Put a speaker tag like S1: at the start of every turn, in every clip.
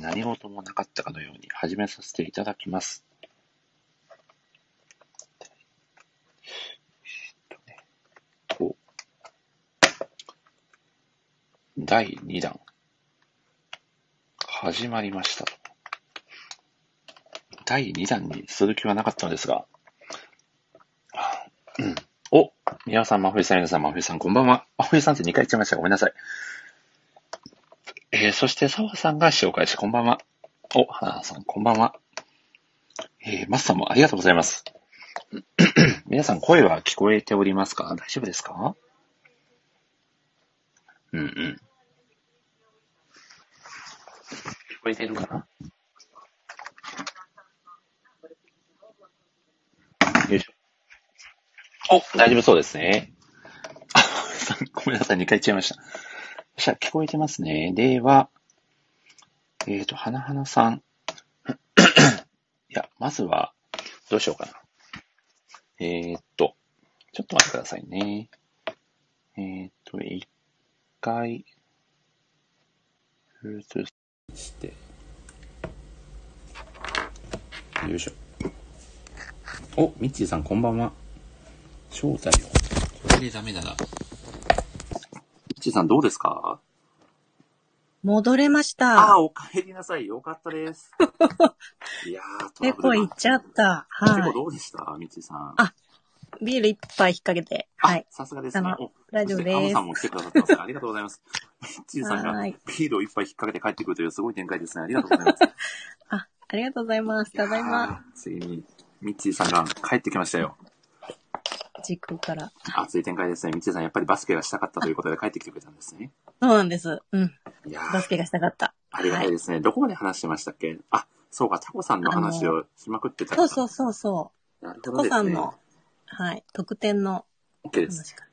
S1: 何事もなかったかのように始めさせていただきます。と、第二弾、始まりました。第二弾にする気はなかったのですが、うんお、宮尾さん、真冬さん、皆さん、真冬さん、こんばんは。真冬さんって2回言っちゃいました。ごめんなさい。えー、そして、澤さんが紹介し、こんばんは。お、花さん、こんばんは。えー、マスさんもありがとうございます。 皆さん、声は聞こえておりますか大丈夫ですかうんうん。聞こえてるかなよいしょ。お、大丈夫そうですね。 あ、さんごめんなさい、2回言っちゃいました。よっしゃ、聞こえてますね。では、えっ、ー、と、花々さん。 いや、まずは、どうしようかな。えー、っと、ちょっと待ってくださいね。えー、っと、一回、Bluetooth して、
S2: よいしょ。お、ミッチーさんこんばんは。招待を。これでダメだな。
S1: ちーさんどうですか
S3: 戻れまし
S1: ああ、
S3: た。
S1: お帰りなさい。よかった です。いやー、トラブ
S3: 猫
S1: ル
S3: 行
S1: が
S3: っ。ちゃった。
S1: 結
S3: は
S1: 構
S3: い。
S1: どうでしたみちーさん。
S3: あビール一杯引っ掛けて。はい。
S1: さすがですね
S3: あ。の
S1: お
S3: 大丈夫
S1: そしてアム
S3: です
S1: さん。も来てくださってますね。ありがとうござい ます。みっちーさんが
S3: はーい。
S1: ビールを一杯引っ掛けて帰ってくるというすごい展開ですね。ありがとうございます。
S3: あ、ありがとうございます。ただい
S1: いや
S3: ま、
S1: ー。ついに、みっちーさんが帰ってきましたよ。
S3: 時空から。
S1: 熱い展開ですね。みちさん、やっぱりバスケがしたかったということで帰ってきてくれたんですね。
S3: そうなんです。うん。
S1: いや
S3: バ
S1: ー
S3: スケがしたかった。
S1: ありが
S3: は
S1: たい
S3: い。
S1: ですね。どこまで話してましたっけあ、そうか、タコさんの話をしまくってた。
S3: そうそうそうそ
S1: なる
S3: う。タ
S1: ほど
S3: コ
S1: で
S3: さ
S1: す
S3: ん
S1: ね。
S3: の、はい。特典の
S1: OK です。
S3: 話か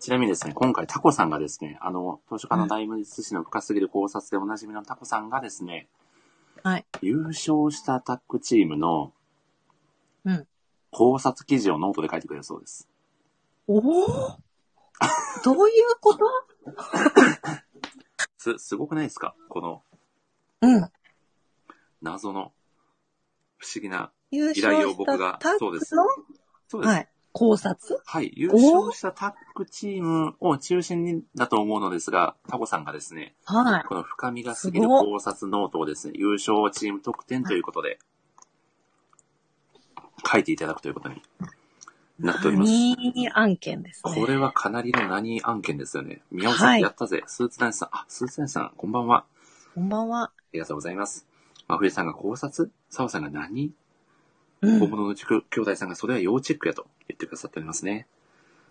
S1: ちなみにですね、今回タコさんがですね、あの、図書館の大無寿司の深すぎる考察でおなじみのタコさんがですね、
S3: な。はい。
S1: 優勝したタッグチームの
S3: うん。
S1: 考察記事をノートで書いてくれるそうです。
S3: おお どういうこと
S1: す、すごくないですかこの
S3: うん。
S1: 謎の不思議な、
S3: 優
S1: 依頼
S3: 勝
S1: を
S3: し
S1: 僕
S3: た
S1: が
S3: タッ
S1: そう
S3: グ
S1: です
S3: の、
S1: そうです
S3: は。い。考察
S1: はい、優勝したタッグチームを中心にだと思うのですが、タコさんがですね、
S3: はい。
S1: この深みが過ぎる
S3: すごっ
S1: 考察ノートをですね、優勝チーム得点ということで、書いていただくということになっております。
S3: 何案件ですね。
S1: これはかなりの何案件ですよね。宮尾さん、
S3: はい
S1: やったぜ。スーツ男子さん、あ、スーツ男子さん、こんばんは。あ
S3: こんばんは。
S1: りがとうございます。真冬さんが考察澤さんが何
S3: う
S1: 本
S3: ん。
S1: 物のちく兄弟さんがそれは要チェックやと言ってくださっておりますね。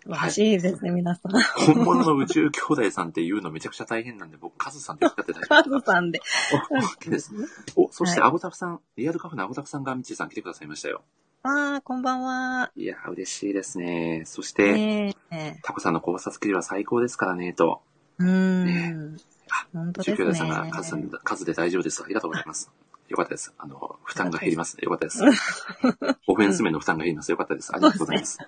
S3: 素晴らしいですね、皆さん。
S1: 本物の宇宙兄弟さんって言うのめちゃくちゃ大変なんで、僕、カズさんって使って大丈
S3: カズ
S1: 夫ですか
S3: さんで。
S1: お OK です。お、そして、アゴタフさん、リアルカフェのアゴタフさんがミッチーさん来てくださいましたよ。
S3: ああ、こんばんは。
S1: いやー、嬉しいですね。そして、
S3: ねえ。
S1: タコさんの考察記事は最高ですからね、と。
S3: うーん。
S1: あ
S3: 本当
S1: 宇宙
S3: で
S1: 兄
S3: す
S1: 弟さんが
S3: ね。
S1: 数で数で大丈夫です。ありがとうございます。 よかったです。あの、負担が減ります。よかったです。 オフェンス面の負担が減ります。よかったです。ありがとうございます。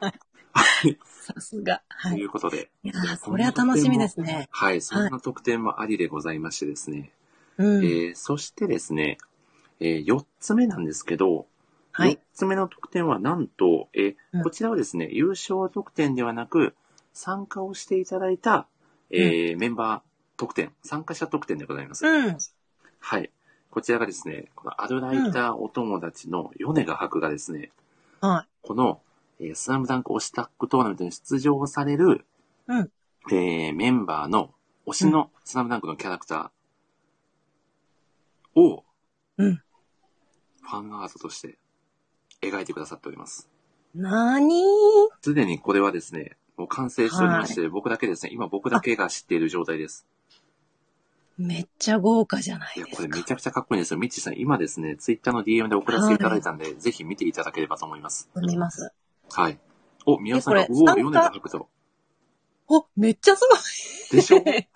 S1: はい。
S3: さすが。は
S1: と
S3: い。
S1: い
S3: いう
S1: ことで。
S3: やー、それは楽しみですね。
S1: はい。そんな特典もありでございましてですね。
S3: うん。
S1: えー、そしてですね、えー、4つ目なんですけど、
S3: は
S1: 4
S3: い。
S1: つ目の得点はなんと、えー
S3: うん
S1: こちらはですね、優勝得点ではなく、参加をしていただいた、えーメンバー得点、参加者得点でございます。
S3: うん。
S1: はい。こちらがですね、このアドライターお友達の米賀博がですね、
S3: はい。
S1: この、えースラムダンク推しタックトーナメントに出場される、
S3: うん。
S1: えーメンバーの推しのスラムダンクのキャラクターを
S3: うん。
S1: ファンアートとして描いてくださっております。
S3: なに
S1: すでにこれはですね、もう完成しておりまして、僕だけですね、今僕だけが知っている状態です。
S3: ーめっちゃ豪華じゃない
S1: や、
S3: いで
S1: こ
S3: す
S1: れめ
S3: か。
S1: ちゃくちゃかっこいいんですよ。ミッチーさん、今ですね、ツイッターの DM で送らせていただいたんで、ぜひ見ていただければと思います。
S3: 読みます。
S1: はい。お、宮尾さんが、
S3: えこれ
S1: おお、
S3: 参加
S1: 米田白と。
S3: お、めっちゃす
S1: でし
S3: ご
S1: ょ
S3: い。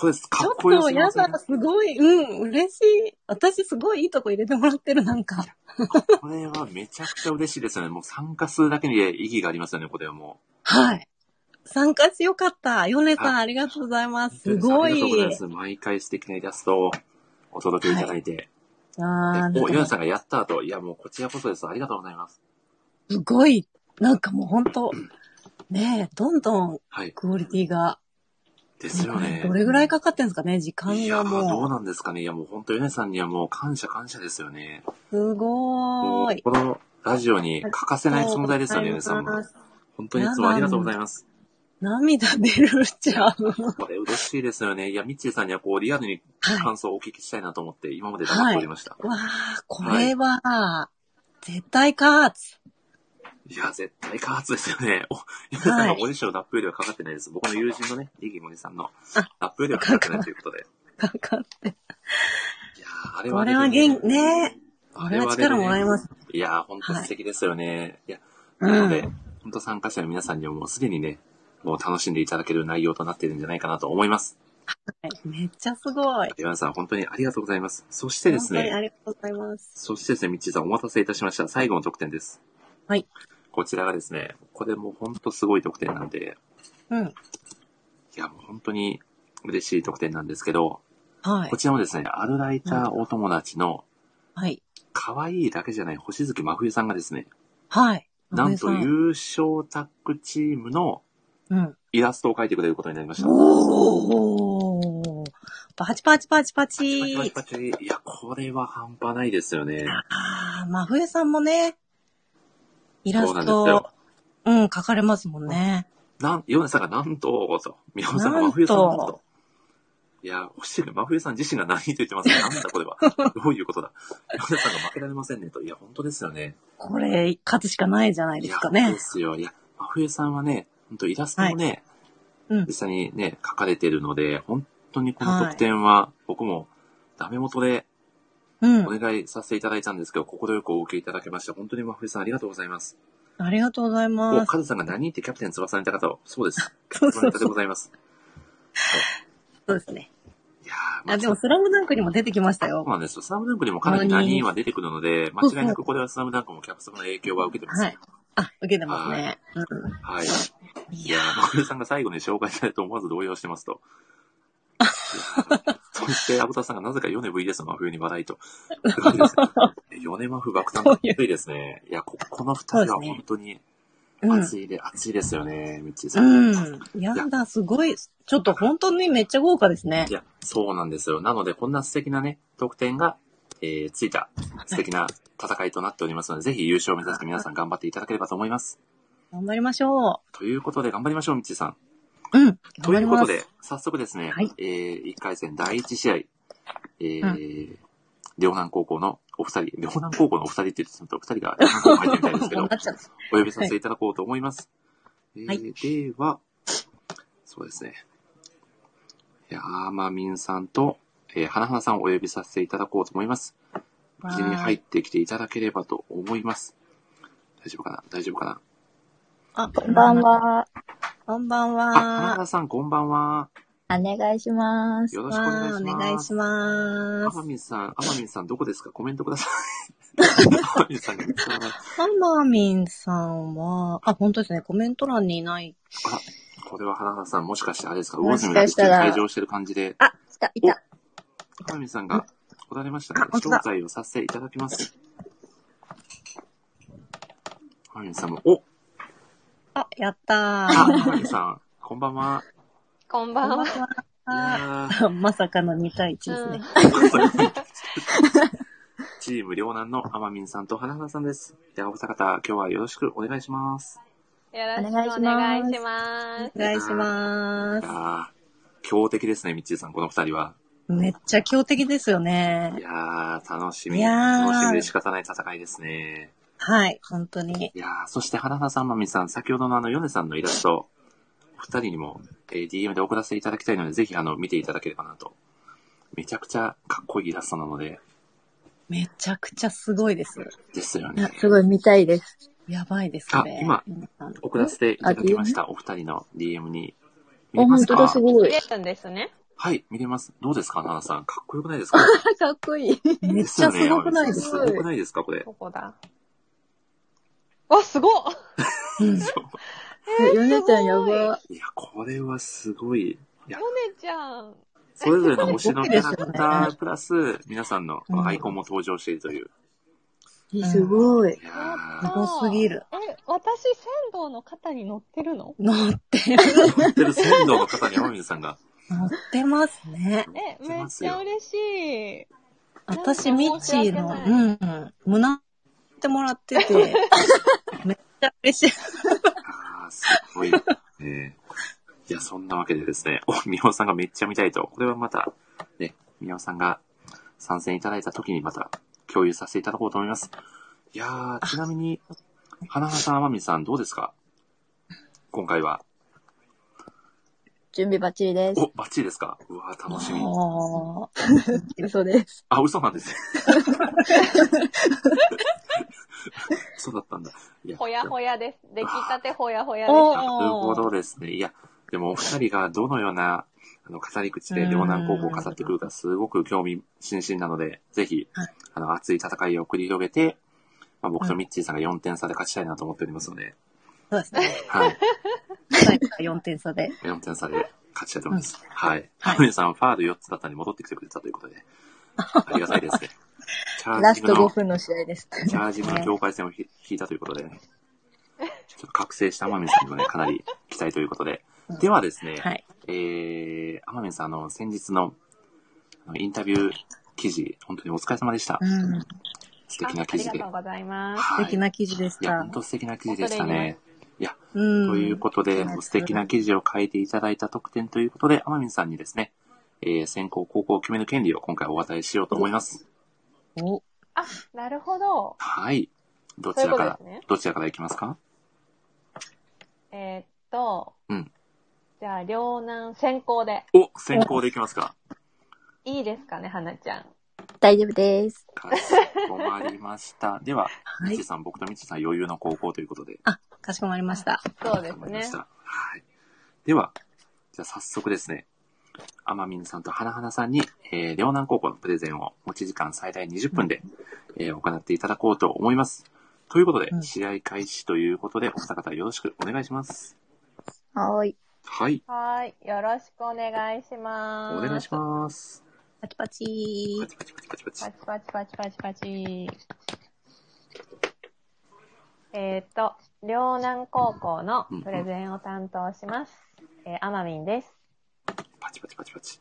S1: これ、
S3: ち
S1: かっこ
S3: ょ
S1: よ
S3: っと、
S1: すぎま
S3: や
S1: せん
S3: だ、すごい。うん、嬉しい。私、すごいいいとこ入れてもらってる、なんか。
S1: これはめちゃくちゃ嬉しいですよね。もう参加するだけに意義がありますよね、これはも
S3: はい。参加してよかった。ヨネさん、
S1: あ
S3: ありがとうございま
S1: う。
S3: す。すご
S1: ありがとうございま
S3: い。
S1: す。毎回素敵なイラストを。お届けいただいて。
S3: あ
S1: でお、ヨ
S3: ー
S1: ネさんがやったと。いや、もうこちらこそです。ありがとうございます。
S3: すごい、なんかもう本当ねえ、どんどん
S1: はい。
S3: クオリティが、
S1: ですよね。
S3: どれぐらいかかってんですかね、時間
S1: いや
S3: が
S1: ー、どう
S3: も
S1: なんですかね。いや、もう本当、ヨネさんにはもう感謝感謝ですよね。
S3: う、す
S1: も
S3: ご
S1: う
S3: ーい。
S1: このラジオに欠かせない存在ですよね、ヨネさんも。本当にいつもありがとうございます。
S3: 涙出るじゃん。
S1: これ嬉しいですよね。いや、ミッチーさんにはこう、リアルに
S3: はい。
S1: 感想をお聞きしたいなと思って、今まで黙っておりました。
S3: わあ、これは、絶対勝つ。
S1: い、や、絶対過発ですよね。 お、ヨネさんのオーディションラップよりはかかってないです。僕の友人のね、リギモニさんのラップよりはかかってないということで。
S3: かかって。
S1: いやーあれ
S3: こ
S1: はね、。
S3: れは元気、ねえ。これは力もらえますす。
S1: いやー、本当素敵ですよね。いや、
S3: うん
S1: なので、本当参加者の皆さんにはもうすでにね、もう楽しんでいただける内容となっているんじゃないかなと思います。
S3: めっちゃすごい。
S1: 皆さん、本当にありがとうございます。そしてです
S3: 本当にあ
S1: ね、
S3: りがとうございます。
S1: そしてですね、みっちーさんお待たせいたしました。最後の特典です。
S3: はい。
S1: こちらがですね、これも本当すごい特典なんで、
S3: うん。
S1: いや、もう本当に嬉しい特典なんですけど、
S3: はい
S1: こ。ちらもですね、あるライターお友達の、
S3: はい。
S1: 可愛いだけじゃない星月真冬さんがですね、
S3: はい。
S1: なんと
S3: う。
S1: 優勝タッグチームの
S3: うん。
S1: イラストを描いてくれることになりました。
S3: おー。パチパチパチパチ。
S1: パチパチパチいや、これは半端ないですよね。
S3: ああ、真冬さんもね、イラ
S1: そうなんで
S3: ス
S1: すよ
S3: ト、。うん、描かれますもんね。
S1: なん、ヨネさんがなんと、と、宮本さんが真冬さんだと。いや、星月真冬さん自身が何と言ってますね。なんだこれ は。どういうことだ。ヨネさんが負けられませんねと。いや、本当ですよね。
S3: これ、勝つしかないじゃない
S1: い
S3: で
S1: や、
S3: すか
S1: 本当
S3: ね
S1: で。すよ。いや、真冬さんはね、本当イラストもね、
S3: うん
S1: 実。際にね、書かれてるので、本当にこの特典は、僕もダメ元で
S3: う
S1: お
S3: ん。
S1: 願いさせていただいたんですけど、快くお受けいただけました。本当に真冬さんありがとうございます。
S3: ありがとうござい
S1: お、
S3: ます。
S1: カズさんが何ってキャプテン翼にいた方は、そうです。
S3: そ
S1: 翼
S3: うそ
S1: に
S3: う
S1: いたで
S3: そう
S1: ご。ざいます。
S3: そうですね。
S1: いやー、
S3: あ、でも、スラムダンクにも出てきました
S1: そう
S3: よ。
S1: なんですよ。スラムダンクにもかなり何人は出てくるので、間違いなくこれはスラムダンクもキャプツバの影響は受けてます。
S3: はい。あ、受けてますね。う
S1: はい。
S3: ん。い
S1: いや
S3: や
S1: ー、真冬さんが最後に紹介されて思わず動揺してます と。いやーそして、アブタさんがなぜかヨネ VS 真冬に笑いと。すごいですねヨネ真冬爆弾が熱いですね。いや、こ、この二人は本当に
S3: うん。
S1: 熱いで、熱いですよね、みっちーさん。
S3: うん。やだ、すごい。ちょっと本当にめっちゃ豪華ですね
S1: い。や、そうなんですよ。なので、こんな素敵なね、得点が、えー、ついた素敵な戦いとなっておりますので、ぜひ優勝を目指して皆さん頑張っていただければと思います。
S3: 頑張りましょ
S1: ということで、頑張りましょう、みっちーさん。
S3: う。うん。
S1: と
S3: 頑張
S1: い
S3: り
S1: うこ
S3: ま
S1: と
S3: す。
S1: で、早速ですね、
S3: はい
S1: えー、1回戦第1試合、えー、両南高校のお二人、両南高校のお二人って言ってしまうと、お二人が両南高校入ってみたいですけ
S3: こ
S1: ど
S3: うな、っちゃった。
S1: お呼びさせていただこうと思います。
S3: はい
S1: えー、では、そうですね。いやー、まみんさんと、えー、はなはなさんをお呼びさせていただこうと思います。無事に入ってきていただければと思います。大丈夫かな大丈夫かな
S3: あ、
S4: こんばん。は。
S3: こんばん
S1: あ、はなは
S3: は。
S1: なさん、こんばんは。
S4: お願いします。
S1: よろしくお願いし
S3: わ
S1: ま
S3: あ
S1: す。
S3: お願いしま
S1: ア
S3: す
S1: マ。ミンさん、アマミンさんどこですかコメントくださ い。アマミンさんが見つからない。
S3: ハマミンさんは、あ、本当ですね、コメント欄にいない。
S1: これは花原さん、もしかしてあれですか魚
S4: も
S1: 住
S4: し
S1: が
S4: かしたら
S1: 退場してる感じで、
S4: あ、来た、いた。
S1: アマミンさんが来られましたね
S3: あ。本
S1: 招
S3: 当だ
S1: 待をさせていただきます。アマミンさんも、お
S3: あ、やった
S1: あ、
S3: ー。
S1: アマミンさん、こんばんは。
S5: こんばんは。
S1: いや
S3: あ まさかの2対1ですね。
S1: ーチーム両南のアマミンさんと花原さんです。いや、お二方、今日はよろしくお願いします。
S5: よろしくお
S4: お願いします
S5: 願いします。
S3: お願いしま
S1: いやー強敵ですね、みっちーさん、この二人は。
S3: す。めっちゃ強敵ですよ
S1: い
S3: ね。
S1: やー、楽しみ。
S3: いやー
S1: 楽しみで仕方ない戦いですね。
S3: はい、本当に。
S1: いやー、そして、花田さん、まみさん、先ほどのあの、ヨネさんのイラスト、お二人にも、えー DM で送らせていただきたいので、ぜひ、あの、見ていただければなと。めちゃくちゃかっこいいイラストなので、
S3: めちゃくちゃすごいです。
S1: ですよ
S4: いや
S1: ね。
S4: すごい見たいです。
S3: やばいですね。
S1: あ
S3: 今
S1: 送らせていただきました、お二人の DM に。見
S4: お、
S1: れま
S4: 本
S1: す
S4: 当だ、
S1: か
S4: すごい。
S5: 出たんですね。
S1: はい、見れます。どうですか、花田さん。かっこよくないですか
S4: かっこいい。
S3: めっちゃすごくないですす
S1: よねすごくないですか、これ。
S5: どこだわ、すごっ
S3: うん
S4: ヨネちゃんやば。
S1: いや、これはすごい。いや
S5: ヨネちゃん。
S1: それぞれの推しのキャラクタープラス、皆さんのこのアイコンも登場しているという。
S4: えすごい。
S1: いや
S3: す
S1: ー、
S3: ごすぎる。
S5: え、私、仙道の肩に乗ってるの
S3: 乗ってる。
S1: 乗ってる仙道の方に天海さんが。
S3: 乗ってますね。
S5: え、
S1: 乗って
S5: めっ
S1: ます
S5: ちゃ
S1: よ。
S5: 嬉しい。
S3: 私、ミッチーの、
S5: なんか
S3: うん、うん、胸ってもらってて、めっちゃ嬉しい。
S1: ああ、すごい。ねいや、そんなわけでですね、お、みおさんがめっちゃ見たいと。これはまた、ね、みおさんが参戦いただいた時にまた共有させていただこうと思います。いやー、ちなみに、花花さん、天海さん、どうですか今回は。
S4: 準備バッチリです。
S1: お、バッチリですかうわー、楽しみ。
S3: もう
S4: 嘘です。
S1: あ、嘘なんですね。 嘘だったんだ。いや
S5: ほやほやです。出来たてほやほやで
S3: お
S5: す。
S1: なるほどですね。いや、でもお二人がどのような、あの、語り口で両南高校を語ってくるか、すごく興味津々なので、ぜひ
S3: はい、
S1: あの、熱い戦いを繰り広げて、まあ、僕とミッチーさんが4点差で勝ちたいなと思っておりますの で、
S3: そうですね。
S1: はい。
S3: 最後4点差で。
S1: 4点差で勝ちたいと思います。はい。
S3: はい
S1: ハムネさん、ファール4つだったのに戻ってきてくれたということで、 ありがたいですね。チャー
S4: ラ
S1: ジ
S4: ス
S1: ング
S4: ト5
S1: の、
S4: 分の試合です。
S1: チャージングの境界線をひ引いたということで、ちょっと覚醒した天海さんにもね、かなり期待ということで。ではですね、
S3: はい。
S1: えー、天海さん、あの、先日のあのインタビュー記事、本当にお疲れ様でした
S3: う。ん。素
S1: 素
S5: あ
S1: 敵な記事
S5: あり
S1: で。
S5: がとうございます。
S1: はい
S3: 敵な記事でし
S1: いや、
S3: た
S1: 本。当素敵な記事でしたね。
S3: うん。
S1: ということで、
S3: うん
S1: 素敵な記事を書いていただいた特典ということで、天海さんにですね、えー、先行高校を決める権利を今回お渡ししようと思います。
S3: お
S5: あ、なるほど。
S1: はい。ど
S5: そう
S1: ち
S5: い
S1: ら
S5: うこ
S1: か
S5: と
S1: ら、
S5: ですね。
S1: どちらからいきますか
S5: えーっと、
S1: うん
S5: じゃあ、両南先行で。
S1: お、先行でいきますか。
S5: いいですかね、花ちゃん。
S4: 大丈夫です。
S1: かしこまりました。では、
S3: い
S1: みちさん、僕とみちさん余裕の高校ということで。
S3: あ、かしこまりました。
S5: そうで
S1: わか
S5: す
S1: りま
S5: ね
S1: し。た。はい。では、じゃあ早速ですね、あまみんさんとはなはなさんに、えー、両南高校のプレゼンを持ち時間最大20分で、えー行っていただこうと思います。ということで、
S3: うん
S1: 試合開始ということで、お二方よろしくお願いします。
S4: はーい。
S1: はい。
S5: はーい。よろしくお願いしま
S1: お
S5: す。
S1: 願いします。
S3: パチパチ
S1: パチパチパチパチパチ
S5: パ。チパチパチパチパチ。えっ、と、両南高校のプレゼンを担当します。えー、あまみんです。
S1: パチパチパチパチ。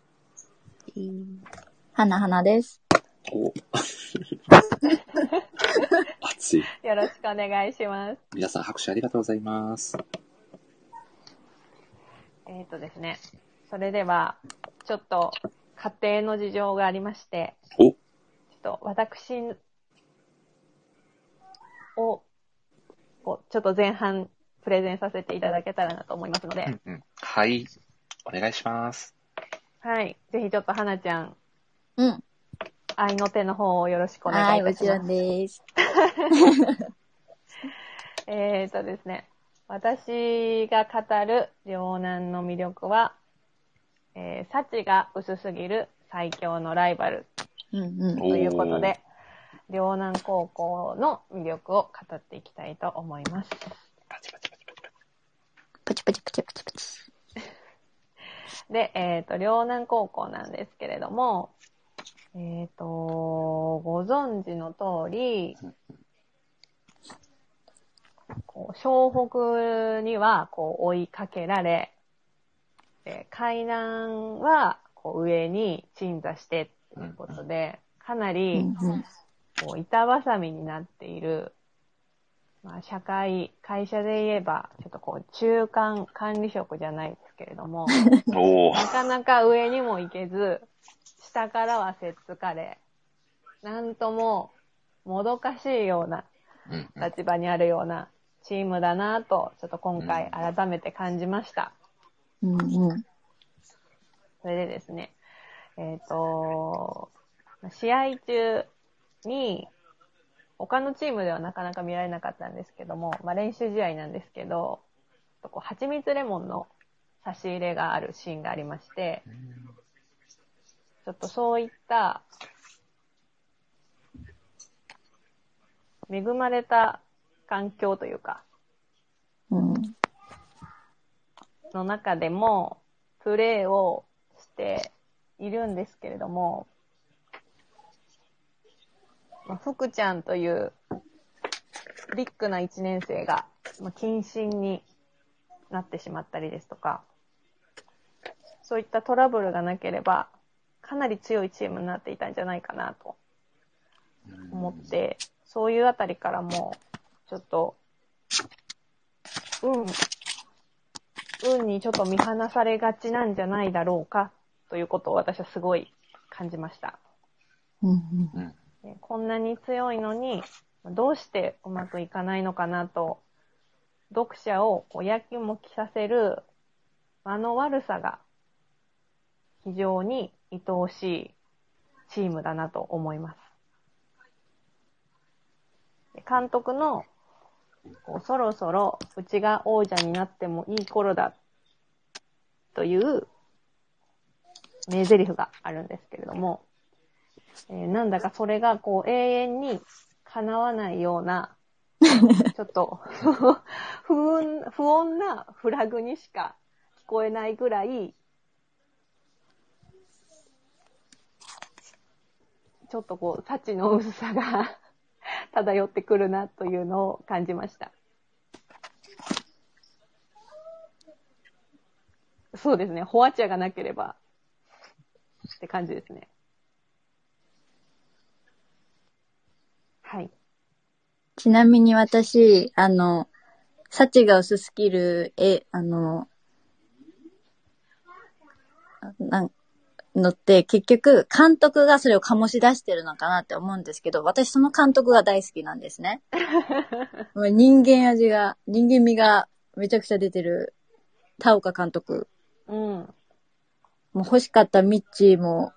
S4: はなはなです。
S1: お熱い。
S5: よろしくお願いします。
S1: 皆さん拍手ありがとうございます。
S5: えっ、とですね。それでは、ちょっと家庭の事情がありまして、
S1: お
S5: ちょっと私を、をちょっと前半プレゼンさせていただけたらなと思いますので、
S1: うんうんはい。お願いします。
S5: はい。ぜひちょっと花ちゃん、
S4: うん。
S5: 愛の手の方をよろしくお
S4: は
S5: 願い
S4: い、
S5: い
S4: も
S5: たし
S4: ちろん
S5: ます。
S4: です。
S5: えっ、ー、とですね、私が語る両南の魅力は、えー、幸が薄すぎる最強のライバル
S4: うんうん。
S5: ということで、両南高校の魅力を語っていきたいと思います。
S1: パチパチパチパチパチ。
S4: パチパチパチパチパチ。
S5: で、えっ、と、両南高校なんですけれども、えっ、と、ご存知の通り、こう、湘北には、こう、追いかけられ、で海南は、こう、上に鎮座して、ということで、かな
S4: う
S5: り、
S4: んうん。
S5: こう、板挟みになっている、まあ、社会、会社で言えば、ちょっとこう、中間管理職じゃないですけれども、
S6: おー
S5: なかなか上にも行けず、下からはせっつかれ、なんとも、もどかしいような
S1: うんうん
S5: 立場にあるようなチームだなぁと、ちょっと今回改めて感じました。
S4: うんうん。
S5: それでですね、えっ、と、試合中に、他のチームではなかなか見られなかったんですけども、まあ、練習試合なんですけど、ちょっとこう蜂蜜レモンの差し入れがあるシーンがありまして、ちょっとそういった、恵まれた環境というか、
S4: うん。
S5: の中でも、プレーをして、いるんですけれども、まあ、福ちゃんというビッグな1年生が、まあ、謹慎になってしまったりですとか、そういったトラブルがなければ、かなり強いチームになっていたんじゃないかなと思って、そういうあたりからも、ちょっと、運、運にちょっと見放されがちなんじゃないだろうか、ということを私はすごい感じました。
S4: うん
S1: うん。
S5: えーこんなに強いのに、どうしてうまくいかないのかなと、読者をこうやきもきさせる間の悪さが非常に愛おしいチームだなと思います。で監督のこうそろそろうちが王者になってもいい頃だという名台詞があるんですけれども、えーなんだかそれがこう永遠に叶わないような、ちょっと 不運、不穏なフラグにしか聞こえないぐらい、ちょっとこう、幸の薄さが 漂ってくるなというのを感じました。そうですね。ホワチャがなければって感じですね。はい。
S4: ちなみに私、あの、サチが薄すぎる、え、あの、なん、のって、結局、監督がそれを醸し出してるのかなって思うんですけど、私その監督が大好きなんですね。もう人間味が、人間味がめちゃくちゃ出てる、田岡監督。
S5: うん。
S4: もう欲しかったミッチーも、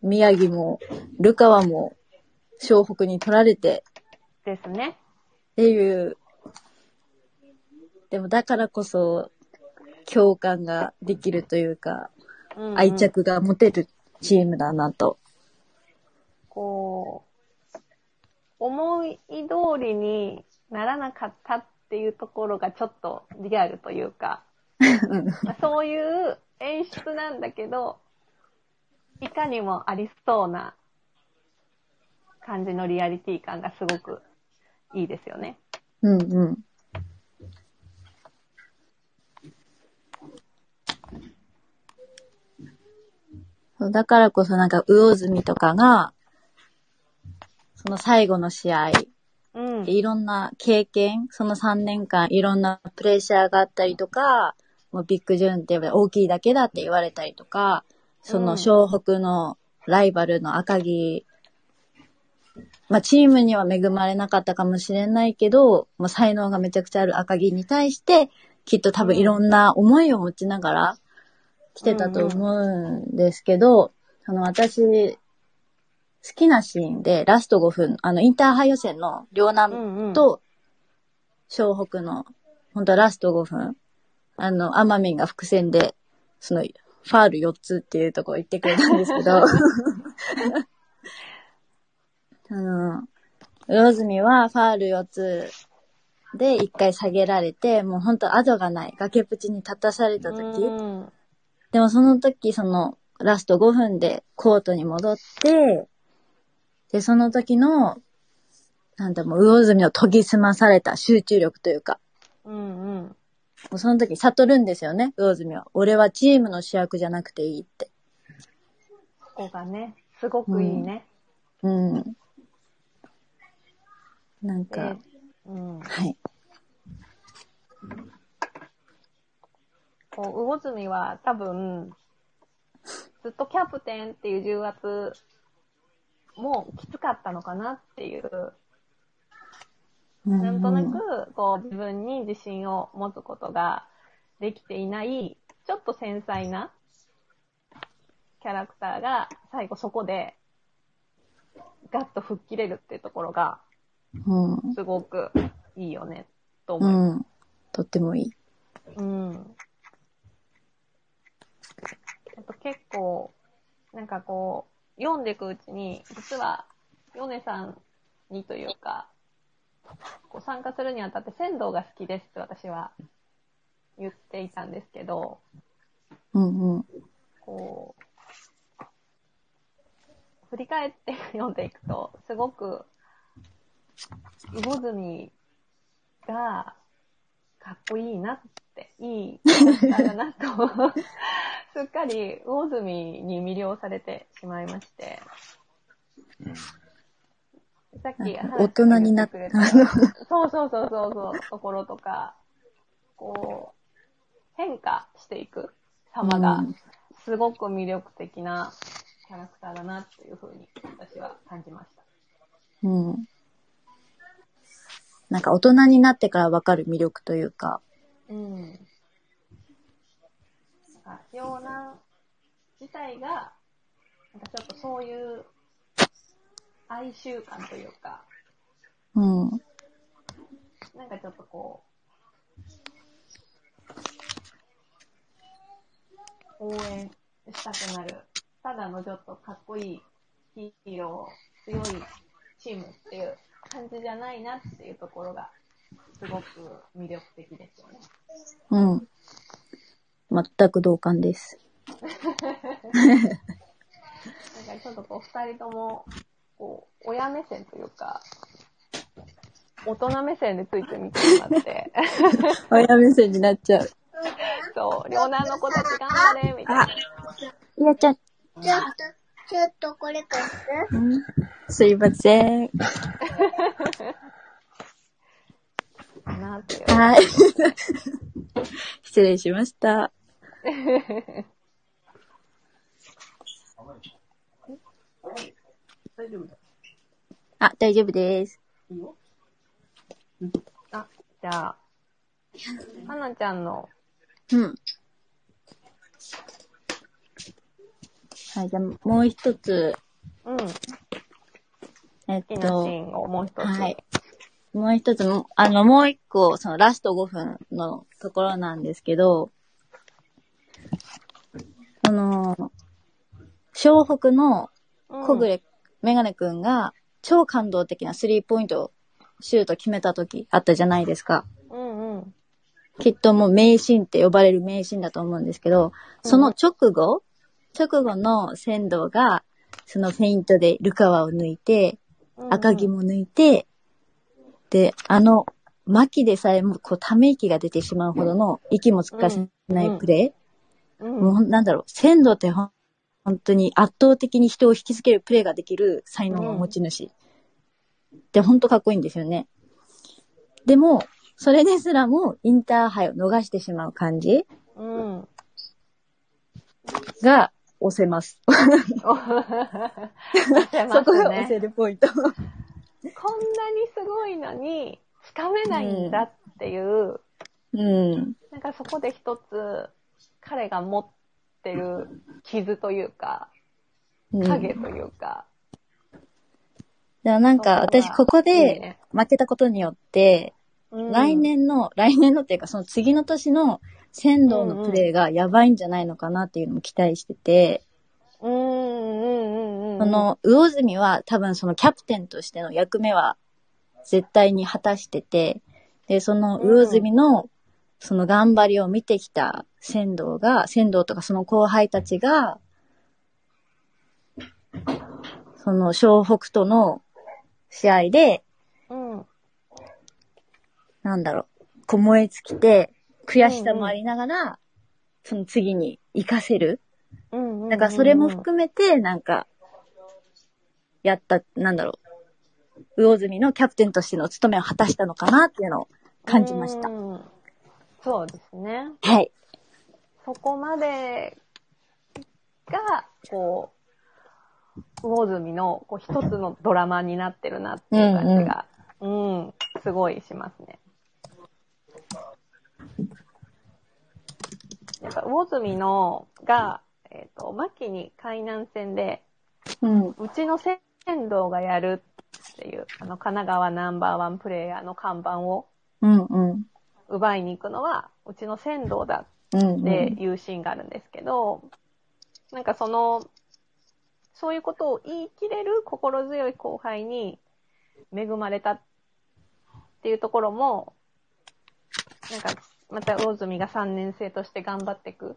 S4: 宮城も、ルカワも、湘北に取られて、
S5: ですね。
S4: っていう。でもだからこそ、共感ができるというか、
S5: うんうん
S4: 愛。着が持てるチームだなと。
S5: こう、思い通りにならなかったっていうところがちょっとリアルとい うか、まあそういう演出なんだけど、いかにもありそうな感じのリアリティ感がすごくいいですよね。
S4: うんうん。そうだからこそなんか、魚住とかが、その最後の試合、
S5: うん。
S4: いろんな経験、その3年間いろんなプレッシャーがあったりとか、もうビッグジューンって大きいだけだって言われたりとか、そ
S5: うん
S4: の湘北のライバルの赤城、まあチームには恵まれなかったかもしれないけど、もう才能がめちゃくちゃある赤城に対して、きっと多分いろんな思いを持ちながら来てたと思うんですけど、その私、好きなシーンでラスト5分、あのインターハイ予選の両南
S5: うんうん、
S4: と、湘北の、本当はラスト5分、あの、アマミンが伏線で、その、ファール4つっていうところ言ってくれたんですけど、 あの、魚住はファール4つで一回下げられて、もう本当後がない、崖っぷちに立たされた時、
S5: うん
S4: でもその時、その、ラスト5分でコートに戻って、で、その時の、なんだもう、魚住の研ぎ澄まされた集中力というか、
S5: うんうん。
S4: もうその時悟るんですよね、魚住は。俺はチームの主役じゃなくていいって。
S5: ここがね、すごくいいね。
S4: うん。なんか、
S5: でうん。
S4: はい。
S5: こう、魚住は多分、ずっとキャプテンっていう重圧もきつかったのかなっていう、なんとなく、こう、自分に自信を持つことができていない、ちょっと繊細なキャラクターが、最後そこで、ガッと吹っ切れるっていうところが、
S4: うん、
S5: すごくいいよね、と思いま
S4: う
S5: す
S4: ん。うん。とってもいい。
S5: うん。あと結構、なんかこう、読んでいくうちに、実は、ヨネさんにというか、こう参加するにあたって、仙道が好きですって私は言っていたんですけど、
S4: うんうん。
S5: こう、振り返って読んでいくと、すごく、魚住が、かっこいいなって、いいキャラクターだなと、すっかり魚住に魅了されてしまいまして。さっき、
S4: 大人になっ
S5: 話してくれ
S4: た。あの
S5: そうそうそうそうそう、ところとか、こう、変化していく様
S4: う
S5: が
S4: ん、
S5: すごく魅力的なキャラクターだなっていうふうに私は感じました。
S4: うん。なんか大人になってからわかる魅力というか、
S5: うん。なんか、洋南自体が、なんかちょっとそういう哀愁感というか、
S4: うん。
S5: なんかちょっとこう、応援したくなる。ただのちょっとかっこいいヒーロー、強いチームっていう感じじゃないなっていうところが、すごく魅力的ですよね。
S4: うん。全く同感です。
S5: なんかちょっとこう、二人とも、こう、親目線というか、大人目線でついてみてもらって、
S4: 親目線になっちゃう。
S5: そう、両男の子たち頑張れ、みたいな。
S4: いやちゃん、
S7: ちょっと、ちょっとこれ貸して。
S4: すいません。
S5: かなっていう。
S4: はい。 失礼しました。
S3: 大丈夫だ。
S4: あ、大丈夫です。
S3: いいよ。
S5: あ、じゃあ、はなちゃんの、
S4: うん。はい、じゃあもう一つ、
S5: うん、好
S4: えっ
S5: きなシー
S4: と、
S5: ンをもう一つ。
S4: はい。もう一つ、もあの、もう一個、そのラスト5分のところなんですけど、その、湘北の
S5: うん
S4: 小暮メガネくんが超感動的なスリーポイントをシュート決めた時あったじゃないですか。
S5: うんうん。
S4: きっともう名シーンって呼ばれる名シーンだと思うんですけど、その直後、直後の仙道が、そのフェイントでルカワを抜いて、
S5: うんうん
S4: 赤木。も抜いて、で、あの、牧でさえもこうため息が出てしまうほどの息もつかせないプレ
S5: う
S4: ー、も
S5: ん。
S4: うなんだろう、仙道ってほん本当に圧倒的に人を引きつけるプレーができる才能の持ち主。で、本当かっこいいんですよね。でも、それですらもインターハイを逃してしまう感じ
S5: うん。 うん。
S4: が押せます。
S5: 押せ ま
S4: そこ
S5: す
S4: が押
S5: ね。
S4: せるポ イント。
S5: こんなにすごいのに、つかめないんだっていう、
S4: うん。
S5: なんかそこで一つ、彼が持ってる傷というか、
S4: うん
S5: 影というか。
S4: じゃあなんか私ここ
S5: いい
S4: で
S5: ね
S4: 負けたことによって、
S5: うん
S4: 来。年の、来年のっていうかその次の年の仙道のプレーがやばいんじゃないのかなっていうのも期待してて、
S5: うんうんうんうん。
S4: そ、の魚住は多分そのキャプテンとしての役目は絶対に果たしてて、で、その魚住のその頑張りを見てきた仙道が、仙道とかその後輩たちが、その湘北との試合で、
S5: うん。
S4: なんだろう、こう燃え尽きて、悔しさもありながら、その次に活かせる。
S5: うんうん。
S4: だからそれも含めて、なんか、やった、なんだろう、魚住のキャプテンとしての務めを果たしたのかなっていうのを感じました。
S5: うんそうですね。
S4: はい。
S5: そこまでが、こう、魚住のこう一つのドラマになってるなっていう感じが、うん、すごいしますね。やっぱ魚住のが、えっ、と、末期に海南戦で、
S4: うん。
S5: うちの仙道がやるっていう、あの、神奈川ナンバーワンプレイヤーの看板を
S4: うんうん。
S5: 奪いに行くのは、うちの仙道だ
S4: うん、
S5: っていうシーンがあるんですけど、なんかその、そういうことを言い切れる心強い後輩に恵まれたっていうところも、なんかまた大住が3年生として頑張っていく、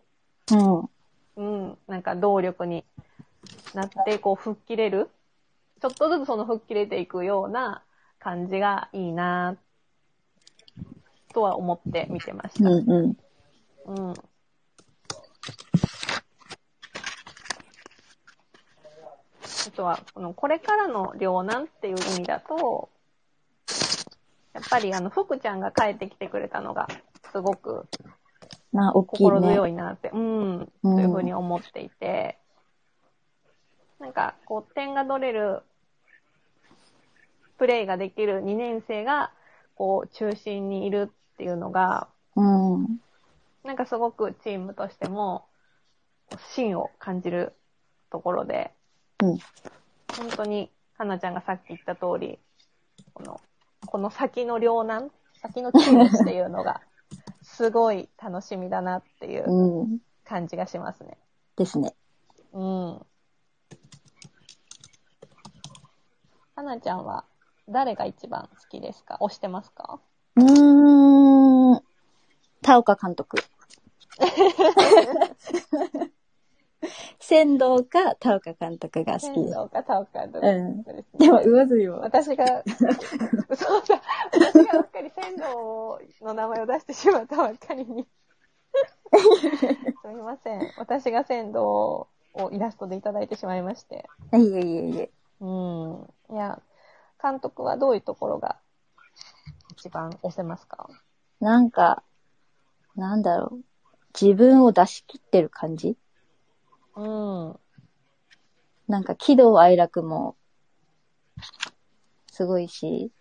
S4: うん。
S5: うん、なんか動力になって、こう、吹っ切れる。ちょっとずつその吹っ切れていくような感じがいいなとは思って見てました。
S4: うんうん。
S5: うん。あとは、この、これからの両難っていう意味だと、やっぱりあの、福ちゃんが帰ってきてくれたのが、すごく
S4: まあ、大きい
S5: 心
S4: ね
S5: 強。いなって、うん、
S4: うん
S5: というふうに思っていて、なんか、こう、点が取れる、プレイができる2年生が、こう、中心にいるっていうのが、
S4: うん。
S5: なんかすごくチームとしても、芯を感じるところで、
S4: うん
S5: 本当に、かなちゃんがさっき言った通り、この、この先の両難、先のチームっていう のが、すごい楽しみだなっていう
S4: うん。
S5: 感じがしますね。
S4: ですね。
S5: うん。かなちゃんは、誰が一番好きですか推してますか
S4: うーん。田岡監 督。仙道か田岡監督が好き
S5: 天
S4: です。
S5: 皇か田岡監督
S4: うん
S5: ですね
S4: でも、上杉も。
S5: 私が、そうだ、私がうっかり仙道の名前を出してしまったばっか りに。すみません。私が仙道をイラストでいただいてしまいまして。
S4: いえいえいえ。
S5: うん。いや、監督はどういうところが一番押せますか
S4: なんか、なんだろう。自分を出し切ってる感じ
S5: うん。う
S4: なんか、喜怒哀楽も、すごいし、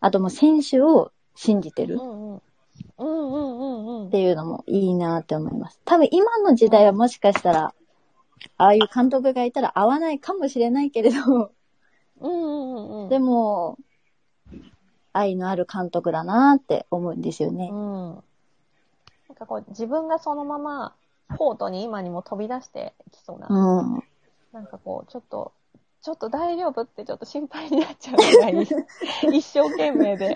S4: あともう選手を信じてる
S5: んうん。うんうんうんう
S4: っ
S5: ん。
S4: ていうのもいいなって思います。多分今の時代はもしかしたら、ああいう監督がいたら合わないかもしれないけれど、
S5: うんうんうんうん。
S4: でも、愛のある監督だなって思うんですよね。
S5: うん。なんかこう、自分がそのまま、コートに今にも飛び出してきそうな。
S4: うん。
S5: なんかこう、ちょっと、ちょっと大丈夫ってちょっと心配になっちゃうぐ らい、一生懸命で、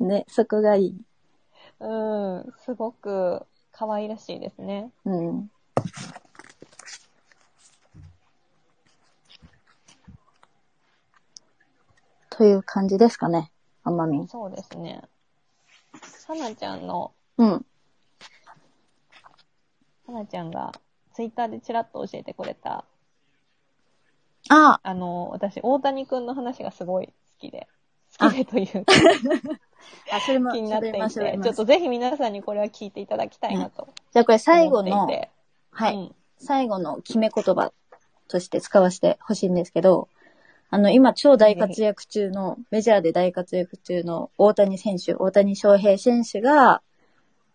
S4: ね、そこがいい。
S5: うん、すごく可愛らしいですね。
S4: うん。という感じですかね。あまみん。
S5: そうですね。はなちゃんの、
S4: うん。
S5: はなちゃんが、ツイッターでちらっと教えてくれた、
S4: あ
S5: あの、私、大谷くんの話がすごい好きで、好きでというか
S4: あ、それも
S5: 気になっていて、
S4: それも
S5: ちょっとぜひ皆さんにこれは聞いていただきたいなと思っていて。
S4: じゃあこれ最後の、はい、
S5: うん
S4: 最後の決め言葉として使わせてほしいんですけど、あの、今超大活躍中の、メジャーで大活躍中の大谷選手、大谷翔平選手が、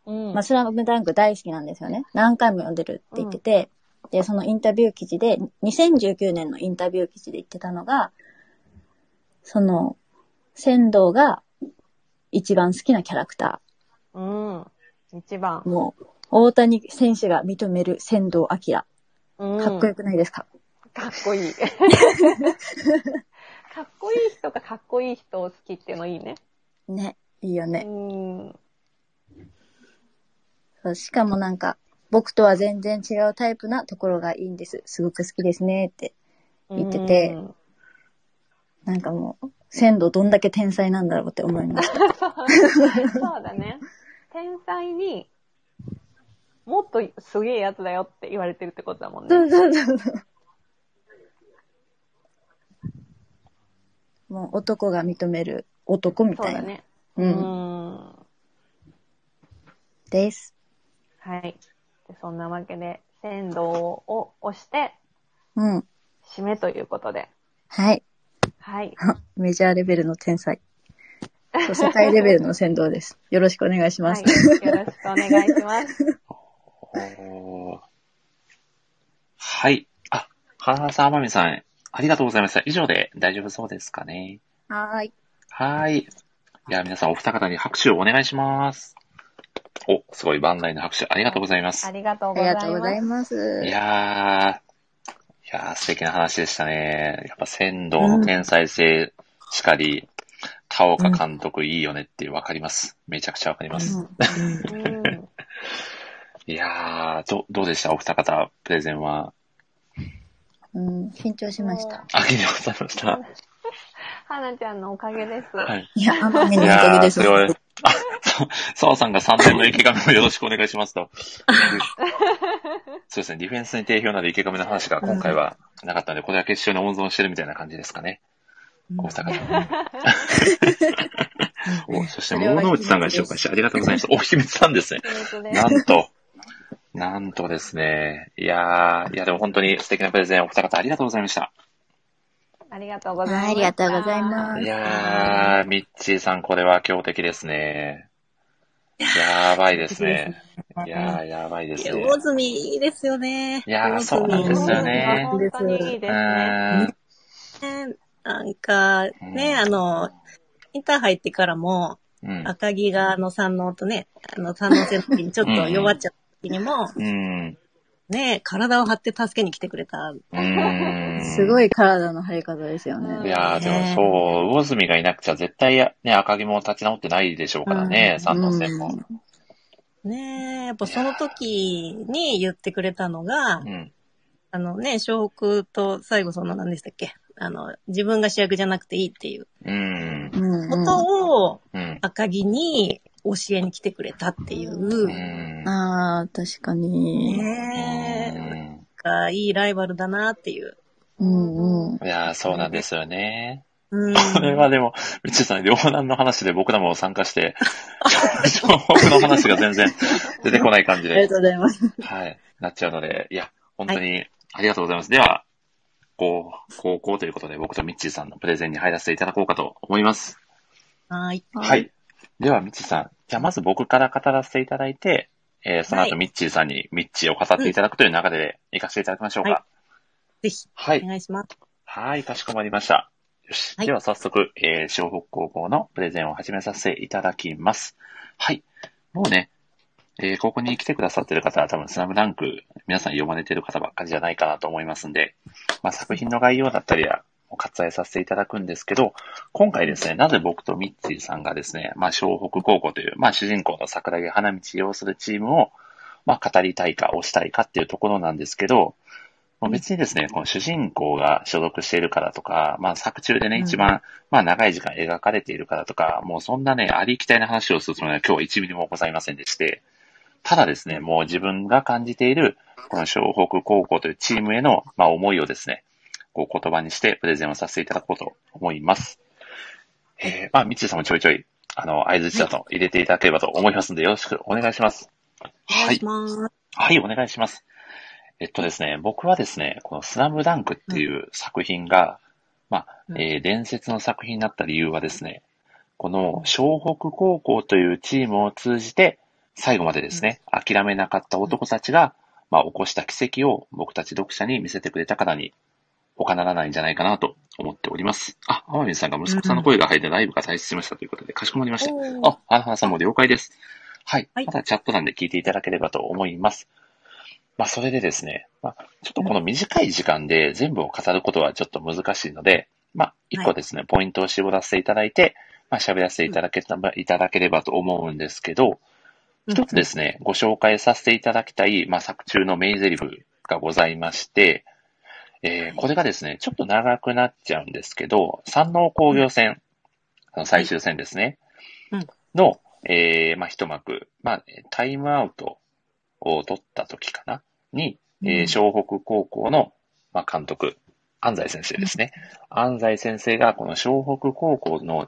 S5: うん。
S4: まあ、スラムダンク大好きなんですよね。何回も読んでるって言ってて、で、そのインタビュー記事で、2019年のインタビュー記事で言ってたのが、その、仙道が一番好きなキャラクタ
S5: うん。一番
S4: ー。。もう、大谷選手が認める仙道明。
S5: うん
S4: かっこよくないですか、
S5: かっこいい。 かっこいい人がかっこいい人を好きっていうのいいね。
S4: ね。いいよね
S5: う。ん。
S4: そうしかもなんか、僕とは全然違うタイプなところがいいんです。すごく好きですねって。言ってて
S5: うん。
S4: なんかもう、仙道どんだけ天才なんだろうって思いました。
S5: そうだね。天才に、もっとすげえやつだよって言われてるってことだもん
S4: そ
S5: ね。
S4: うそうそうそう。もう男が認める男み
S5: そう
S4: たいな。
S5: だね。
S4: うん
S5: ん。
S4: です。
S5: はい。でそんなわけで、鮮度を押して、
S4: うん。
S5: 締めということで。
S4: はい。
S5: はい。
S4: メジャーレベルの天才。そう世界レベルの先導です。よろしくお願いしま
S5: はい。
S4: す。
S5: よろしくお願いします。
S1: おーはい。あ、原田さん、天海さん、ありがとうございました。以上で大丈夫そうですかね。
S4: はーい。
S1: はーい。いや、皆さんお二方に拍手をお願いします。お、すごい万来の拍手、ありがとうございます
S5: あ。りがとう
S4: あ
S5: ござ
S4: り
S5: い
S4: が
S5: ます。
S4: とうございます。
S1: いやー、いやー素敵な話でしたね。やっぱ仙道の天才性しかり、田岡監督いいよねってわかります。めちゃくちゃわかります。
S5: うん
S1: いやー、ど、どうでしたお二方、プレゼンは。
S4: うん、緊張しました。
S1: ありがとうございました。
S5: はなちゃんのおかげです。
S1: はい。
S4: いや、雨
S1: い
S4: のおかげ
S1: や
S4: で
S1: ー、
S4: す
S1: そ。れは、あ、そう、澤さんが3年の池上をよろしくお願いしますと。そうですね、ディフェンスに定評のある池上の話が今回はなかったので、これは決勝に温存してるみたいな感じですかね。大阪さ ん。おそして、物内さんが紹介して、ありがとうございました。お秘密なんですね。
S5: 秘密です
S1: なんと、なんとですね。いやー、いやでも本当に素敵なプレゼンお二方ありがとうございました。
S5: ありがとうございます。
S4: はいありがとうございます
S1: いやー、ミッチーさんこれは強敵ですね。やばいですね。いやー、やばいですね。
S3: 大積いいですよね。
S1: いやー
S3: 大積
S1: そうなんですよね
S5: 本当にいいですね。
S1: う
S3: ねなんか、ね、
S1: うん
S3: あの、インター入ってからも、
S1: ーん。
S3: 赤木があの三能とね、あの三能戦の時にちょっと弱っちゃった時にも、
S1: うん。
S3: ね、体を張って助けに来てくれた。
S1: うん。
S4: すごい体の張り方ですよ
S1: い
S4: ね。
S1: やー、でもそう、魚住がいなくちゃ絶対ね、赤木も立ち直ってないでしょうからね、
S3: うん
S1: 三能戦も。
S3: ね、やっぱその時に言ってくれたのが
S1: う、ん。
S3: あのね、小北と最後その何でしたっけあの、自分が主役じゃなくていいっていう
S1: うん。
S4: うん
S3: こ
S4: うん
S3: とを
S1: うん。
S3: 赤木に教えに来てくれたっていうう、
S1: ん。
S4: ああ、確かに。
S3: ねえ、なんかいいライバルだなっていう。
S4: うんうん。
S1: いやー、そうなんですよね。
S3: うん。
S1: これはでも、みちさん、両南の話で僕らも参加して、 僕の話が全然出てこない感じ
S4: あ
S1: で、
S4: りがとうございます。
S1: はい、なっちゃうので、いや、本当にありがとうございます。では、こう、高校ということで、僕とミッチーさんのプレゼンに入らせていただこうかと思います。
S3: はい。
S1: は。い。では、ミッチーさん、じゃあまず僕から語らせていただいて、えーその後、
S3: はい
S1: ミッチーさんにミッチーを語っていただくという流れで、行かせていただきましょうか。
S3: ぜひ、
S1: はい
S3: お。願いします。
S1: はい、かしこまりました。よし。
S3: はい
S1: では早速、えー、小北高校のプレゼンを始めさせていただきます。はい。もうね、えー、ここに来てくださってる方は多分スラムダンク、皆さん読まれてる方ばっかりじゃないかなと思いますんで、まあ、作品の概要だったりは、割愛させていただくんですけど、今回ですね、なぜ僕とミッチーさんがですね、まあ、湘北高校という、まあ、主人公の桜木花道擁するチームを、まあ、語りたいか、推したいかっていうところなんですけど、まあ別にですね、この主人公が所属しているからとか、まあ、作中でね、
S3: うん
S1: 一番、まあ、長い時間描かれているからとか、もうそんなね、ありきたりな話をするつもりは今日は1ミリもございませんでして、ただですね、もう自分が感じている、この湘北高校というチームへの、まあ、思いをですね、こう言葉にしてプレゼンをさせていただこうと思います。えー、まあ、みっちーさんもちょいちょい、あの、合図地だと入れていただければと思いますので、よろしくお願いします。
S3: お
S1: は
S3: 願い
S1: い
S3: し。ます。
S1: はい、お願いします。えっとですね、僕はですね、このスラムダンクっていう作品が、まあ、
S3: うん
S1: えー伝説の作品になった理由はですね、この湘北高校というチームを通じて、最後までですね、諦めなかった男たちが、まあ、起こした奇跡を僕たち読者に見せてくれたからに、他ならないんじゃないかなと思っております。あ、天海さんが息子さんの声が入ってライブが退出しましたということで、かしこまりました。あ、アラハナさんも了解です。はい。
S3: はい
S1: またチャット欄で聞いていただければと思います。まあ、それでですね、まあ、ちょっとこの短い時間で全部を語ることはちょっと難しいので、まあ、一個ですね、ポイントを絞らせていただいて、まあ、喋らせていただけた、いただければと思うんですけど、一つですね、ご紹介させていただきたい、まあ、作中の名台詞がございまして、えーこれがですね、ちょっと長くなっちゃうんですけど、山王工業戦、あの最終戦ですね、
S3: うん
S1: の、えーまあ、一幕、まあ、タイムアウトを取った時かな、に、えー
S3: うん
S1: 湘北高校の、まあ、監督、安西先生ですね。安西先生がこの湘北高校の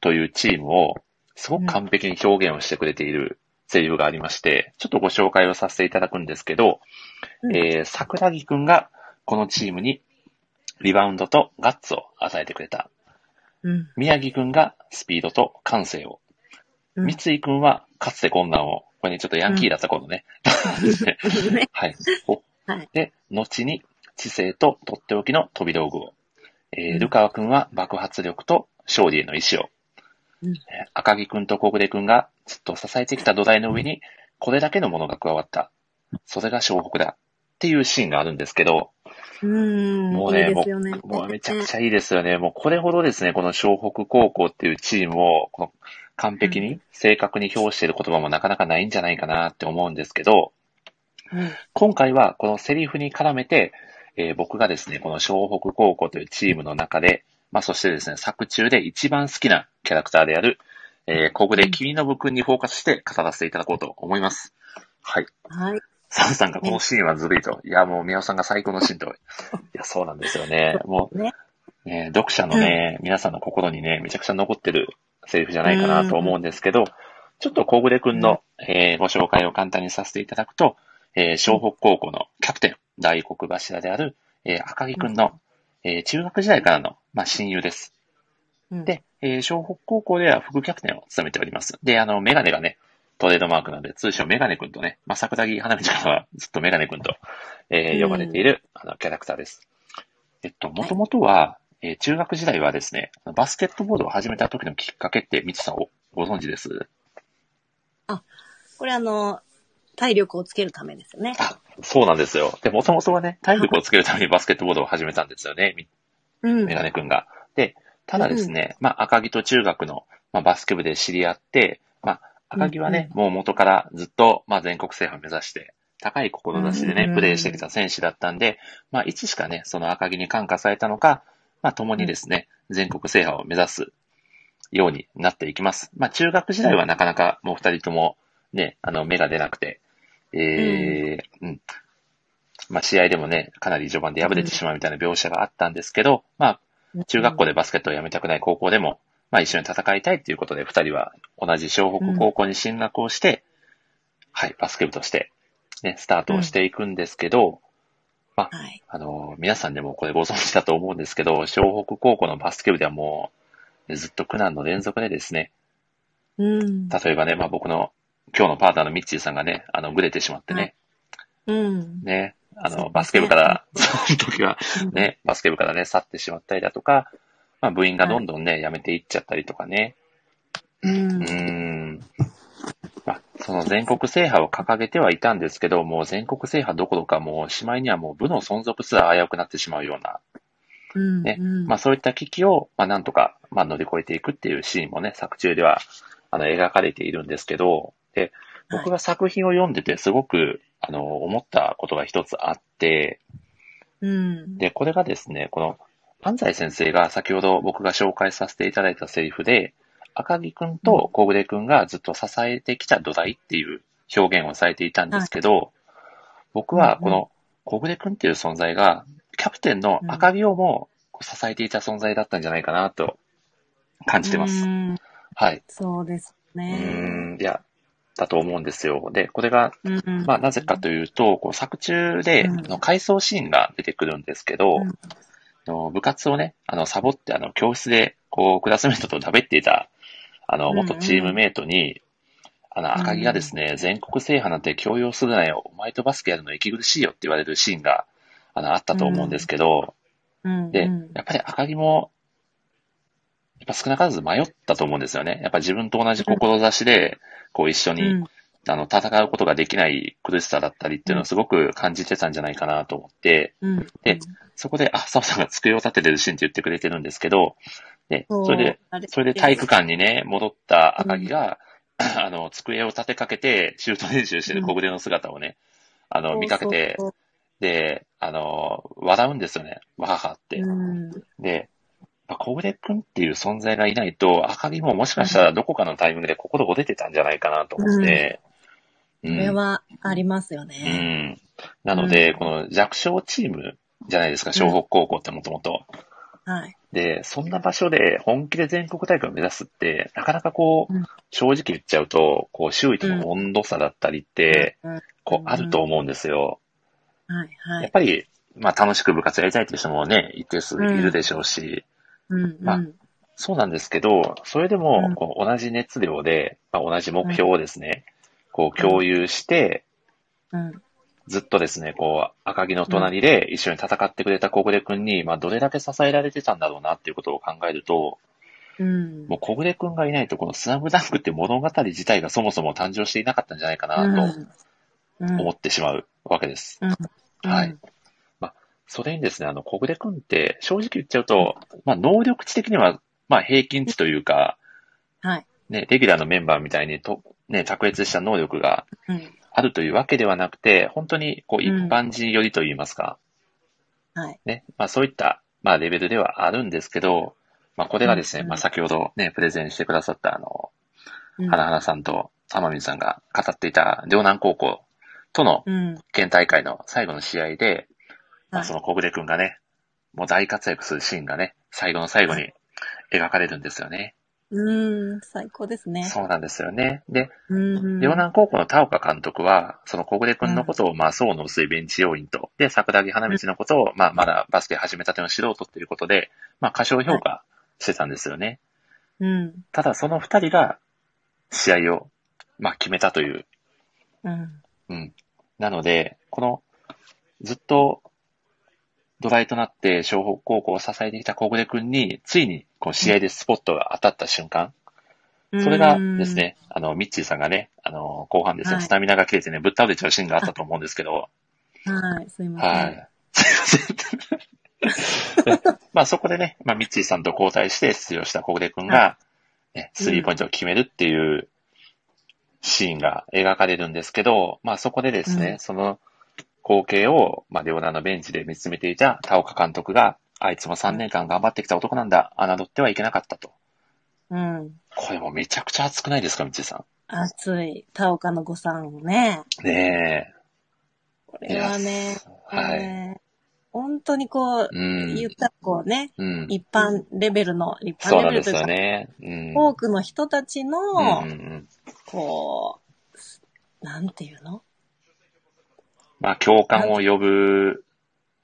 S1: というチームをすごく完璧に表現をしてくれているセリフがありまして、ちょっとご紹介をさせていただくんですけど、
S3: うん
S1: えー桜木くんがこのチームにリバウンドとガッツを与えてくれた。
S3: うん。
S1: 宮城くんがスピードと感性を。
S3: うん
S1: 三井くんはかつて困難を。これね、ちょっとヤンキーだった頃ね。
S3: ね。
S1: はい。お
S3: はい
S1: で、後に知性ととっておきの飛び道具を。え
S3: う
S1: ー、
S3: ん
S1: ルカワ君は爆発力と勝利への意志を。
S3: うん
S1: えー赤木君と小暮君がずっと支えてきた土台の上に、これだけのものが加わった。それが湘北だ。っていうシーンがあるんですけど、
S3: うん。
S1: もうね
S3: いいですよね。
S1: もうめちゃくちゃいいですよね。もうこれほどですね、この湘北高校っていうチームを、この完璧に、正確に表している言葉もなかなかないんじゃないかなって思うんですけど、
S3: うん
S1: 今回はこのセリフに絡めて、えー僕がですね、この湘北高校というチームの中で、まあそしてですね、作中で一番好きなキャラクターである、えー、ここで君信くんにフォーカスして語らせていただこうと思います。はい。
S3: はい。
S1: サムさんがこのシーンはずるいと。いや、もう宮尾さんが最高の シーンと。いや、そうなんですよね。もう、
S3: ね
S1: ね読者のね、皆さんの心にね、めちゃくちゃ残ってるセリフじゃないかなと思うんですけど、ちょっと小暮くんの、えーご紹介を簡単にさせていただくと、えー湘北高校のキャプテン、大黒柱である、えー赤木くんの、えー中学時代からの、まあ、親友です。
S3: うん、
S1: で、えー湘北高校では副キャプテンを務めております。で、あの、メガネがね、トレードマークなので、通称メガネくんとね、まあ、桜木花道からはずっとメガネくんと、えー呼ばれている、あの、キャラクターです。えっと、もともとは、えー中学時代はですね、あのバスケットボードを始めた時のきっかけって、みつさんをご存知です
S3: これあの、体力をつけるためですよね。
S1: あ、そうなんですよ。で、もともとはね、体力をつけるためにバスケットボードを始めたんですよね、み
S3: うん
S1: メ。ガネ君が。で、ただですね、まあ、赤木と中学の、まあ、バスケ部で知り合って、まあ、赤木はね、もう元からずっと、まあ、全国制覇を目指して、高い志でね、
S3: うん
S1: プレーしてきた選手だったんで、まあ、いつしかね、その赤木に感化されたのか、まあ、共にですね、全国制覇を目指すようになっていきます。まあ、中学時代はなかなかもう二人とも、ね、あの、目が出なくて、えー、うん。まあ、試合でもね、かなり序盤で敗れてしまうみたいな描写があったんですけど、まあ、中学校でバスケットをやめたくない高校でも、まあ一緒に戦いたいということで、二人は同じ湘北高校に進学をして、はい、バスケ部として、ね、スタートをしていくんですけど、
S3: はい。
S1: あの、皆さんでもこれご存知だと思うんですけど、湘北高校のバスケ部ではもう、ねずっと苦難の連続でですね、
S3: うん。
S1: 例えばね、まあ僕の今日のパートナーのミッチーさんがね、あの、ぐれてしまってね、
S3: はいうん。
S1: ね、あ
S3: そうです
S1: の、
S3: ね
S1: バスケ部から、その時はね、バスケ部からね、去ってしまったりだとか、まあ部員がどんどんね、辞めていっちゃったりとかね。
S3: うん。
S1: うーん。まあ、その全国制覇を掲げてはいたんですけど、もう全国制覇どころかもうしまいにはもう部の存続すら危うくなってしまうような、
S3: うん。
S1: ね
S3: うん
S1: まあそういった危機を、まあなんとか、まあ乗り越えていくっていうシーンもね、作中では、あの、描かれているんですけど、で、僕が作品を読んでてすごく、あの、思ったことが一つあって、
S3: うん。
S1: で、これがですね、この、安西先生が先ほど僕が紹介させていただいたセリフで、赤木くんと小暮くんがずっと支えてきた土台っていう表現をされていたんですけど、僕はこの小暮くんっていう存在が、キャプテンの赤木をも支えていた存在だったんじゃないかなと感じてます。
S3: うん
S1: はい。
S3: そうです
S1: う
S3: ね。
S1: ーん、いや、だと思うんですよ。で、これが、
S3: うん。
S1: まあなぜかというと、こう作中で
S3: うん
S1: あの回想シーンが出てくるんですけど、
S3: うん
S1: あの部活をね、あのサボってあの教室でこうクラスメートと喋っていたあの
S3: うんうん
S1: 元チームメイトに、あの赤木がですね、全国制覇なんて強要するなよ、お前とバスケやるの息苦しいよって言われるシーンがあのあったと思うんですけど、
S3: うん。
S1: で
S3: うん、
S1: やっぱり赤木も、やっぱ少なからず迷ったと思うんですよね。やっぱ自分と同じ志で、こう一緒に
S3: うん
S1: あの、戦うことができない苦しさだったりっていうのをすごく感じてたんじゃないかなと思って、
S3: うん。
S1: でそこで、あ、サムさんが机を立ててるシーンって言ってくれてるんですけど、で、それで、
S3: あれ
S1: それで体育館にね、戻った赤木が、 あの、机を立てかけて、シュート練習してる小暮の姿をね、あの、見かけて、
S3: そう
S1: で、あの、笑うんですよね、わははって。
S3: そうそううん。
S1: で、まあ小暮くんっていう存在がいないと、赤木ももしかしたらどこかのタイミングで心を出てたんじゃないかなと思って、う
S3: こ
S1: ん
S3: れはありますよ
S1: う
S3: ね。
S1: ん。なので、
S3: うん
S1: この弱小チームじゃないですか、湘北高校ってもともと。
S3: はい。
S1: で、そんな場所で本気で全国大会を目指すって、なかなかこう
S3: うん、
S1: 正直言っちゃうと、こう、周囲との温度差だったりって、
S3: うん
S1: こう、あると思うんですよ。
S3: はい、は
S1: やっ
S3: い。
S1: ぱり、まあ、楽しく部活やりたいっていう人もね、一定数いるでしょうし、
S3: うん、
S1: まあ
S3: うん。
S1: そうなんですけど、それで
S3: う
S1: も
S3: ん、
S1: こう、同じ熱量で、まあ、同じ目標をですね、こう、共有して、
S3: うん。
S1: ずっとですね、こう、赤木の隣で一緒に戦ってくれた小暮くんに、まあ、どれだけ支えられてたんだろうなっていうことを考えると、
S3: うん。
S1: もう小暮くんがいないと、このスラムダンクって物語自体がそもそも誕生していなかったんじゃないかなと
S3: うん
S1: 思ってしまうわけです。
S3: うん
S1: はい。それにですね、あの、小暮くんって、正直言っちゃうと、まあ、能力値的には、まあ、平均値というか、
S3: はい。
S1: ね、レギュラーのメンバーみたいにと、ね、卓越した能力が
S3: うん。
S1: あるというわけではなくて、本当に、こう、一般人よりといいますか、
S3: はい。
S1: ね、まあそういった、まあレベルではあるんですけど、まあこれがですね、
S3: うんうん
S1: まあ先ほどね、プレゼンしてくださったあの、
S3: うん
S1: 花花さんと浜水さんが語っていた両南高校との
S3: うん。
S1: 県大会の最後の試合で、ま
S3: は
S1: あ
S3: い
S1: その小暮くんがね、もう大活躍するシーンがね、最後の最後に描かれるんですよね。
S3: うーん、最高ですね。
S1: そうなんですよね。で、
S3: うん。
S1: 両南高校の田岡監督は、その小暮君のことを、まあ、層の薄いベンチ要員と、で、桜木花道のことを、まあ、まだバスケ始めたての素人ということで、まあ、過小評価してたんですよね。
S3: うん。
S1: ただ、その二人が、試合を、まあ、決めたという。
S3: うん。
S1: うん。なので、この、ずっと、土台となって、湘北高校を支えてきた小暮君に、ついに、こう、試合でスポットが当たった瞬間、それがですね、あの、ミッチーさんがね、あの、後半ですね、
S3: はい
S1: スタミナが切れてね、ぶっ倒れちゃうシーンがあったと思うんですけど、
S3: うん。はい、すいません。
S1: はい。 すいませんまあそこでね、まあミッチーさんと交代して出場した小暮くんが、ね、スリーポイントを決めるっていうシーンが描かれるんですけど、まあそこでですね、
S3: うん
S1: その光景を、まあ両ナのベンチで見つめていた田岡監督が、あいつも3年間頑張ってきた男なんだ、侮ってはいけなかったと。
S3: うん。
S1: これもめちゃくちゃ熱くないですか、ミッチーさん。
S3: 熱い、田岡の誤算をね。
S1: ね
S3: こ
S1: え。
S3: れはね、
S1: いや。はい。
S3: えー本当にこう、
S1: うん
S3: 言ったらこうね、
S1: うん。
S3: 一般レベルの、一
S1: そ
S3: 般
S1: うな
S3: レ
S1: ん
S3: ベ
S1: で
S3: ルと
S1: す
S3: い
S1: よ
S3: うか、
S1: ね。うん。
S3: 多くの人たちの、
S1: うんうんうん、
S3: こう、なんていうの
S1: まあ、共感を呼ぶ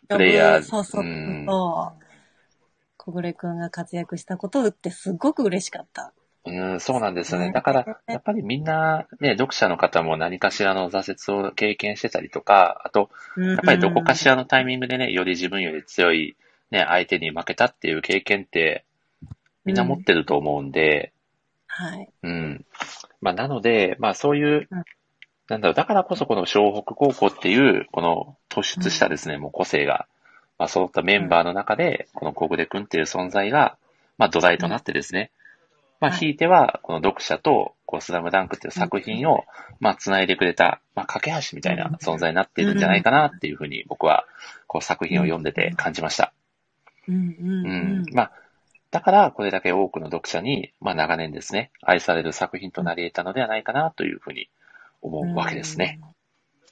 S1: プレイヤー。
S3: そうそう、
S1: ん
S3: そう。小暮くんが活躍したことをってすごく嬉しかった。
S1: うん、そうなんですよね。
S3: ね
S1: だから、やっぱりみんな、ね、読者の方も何かしらの挫折を経験してたりとか、あと、
S3: や
S1: やっぱりどこかし
S3: ら、
S1: らのタイミングでね、より自分より強い、ね、相手に負けたっていう経験って、みんな持ってると思うんで、
S3: はい。
S1: うん。まあ、なので、まあ、そういう
S3: うん、
S1: なんだろう、だからこそこの湘北高校っていう、この突出したですね、もう個性が、まあ、揃ったメンバーの中で、この小暮くんっていう存在が、まあ、土台となってですね、まあ、
S3: はい
S1: ひいては、この読者と、こう、スラムダンクっていう作品を、まあ、繋いでくれた、まあ、架け橋みたいな存在になっているんじゃないかなっていうふうに、僕は、こう、作品を読んでて感じました。
S3: うんう
S1: う
S3: んうん
S1: ん。まあ、だから、これだけ多くの読者に、まあ、長年ですね、愛される作品となり得たのではないかなというふうに思うわけですね。。
S3: うん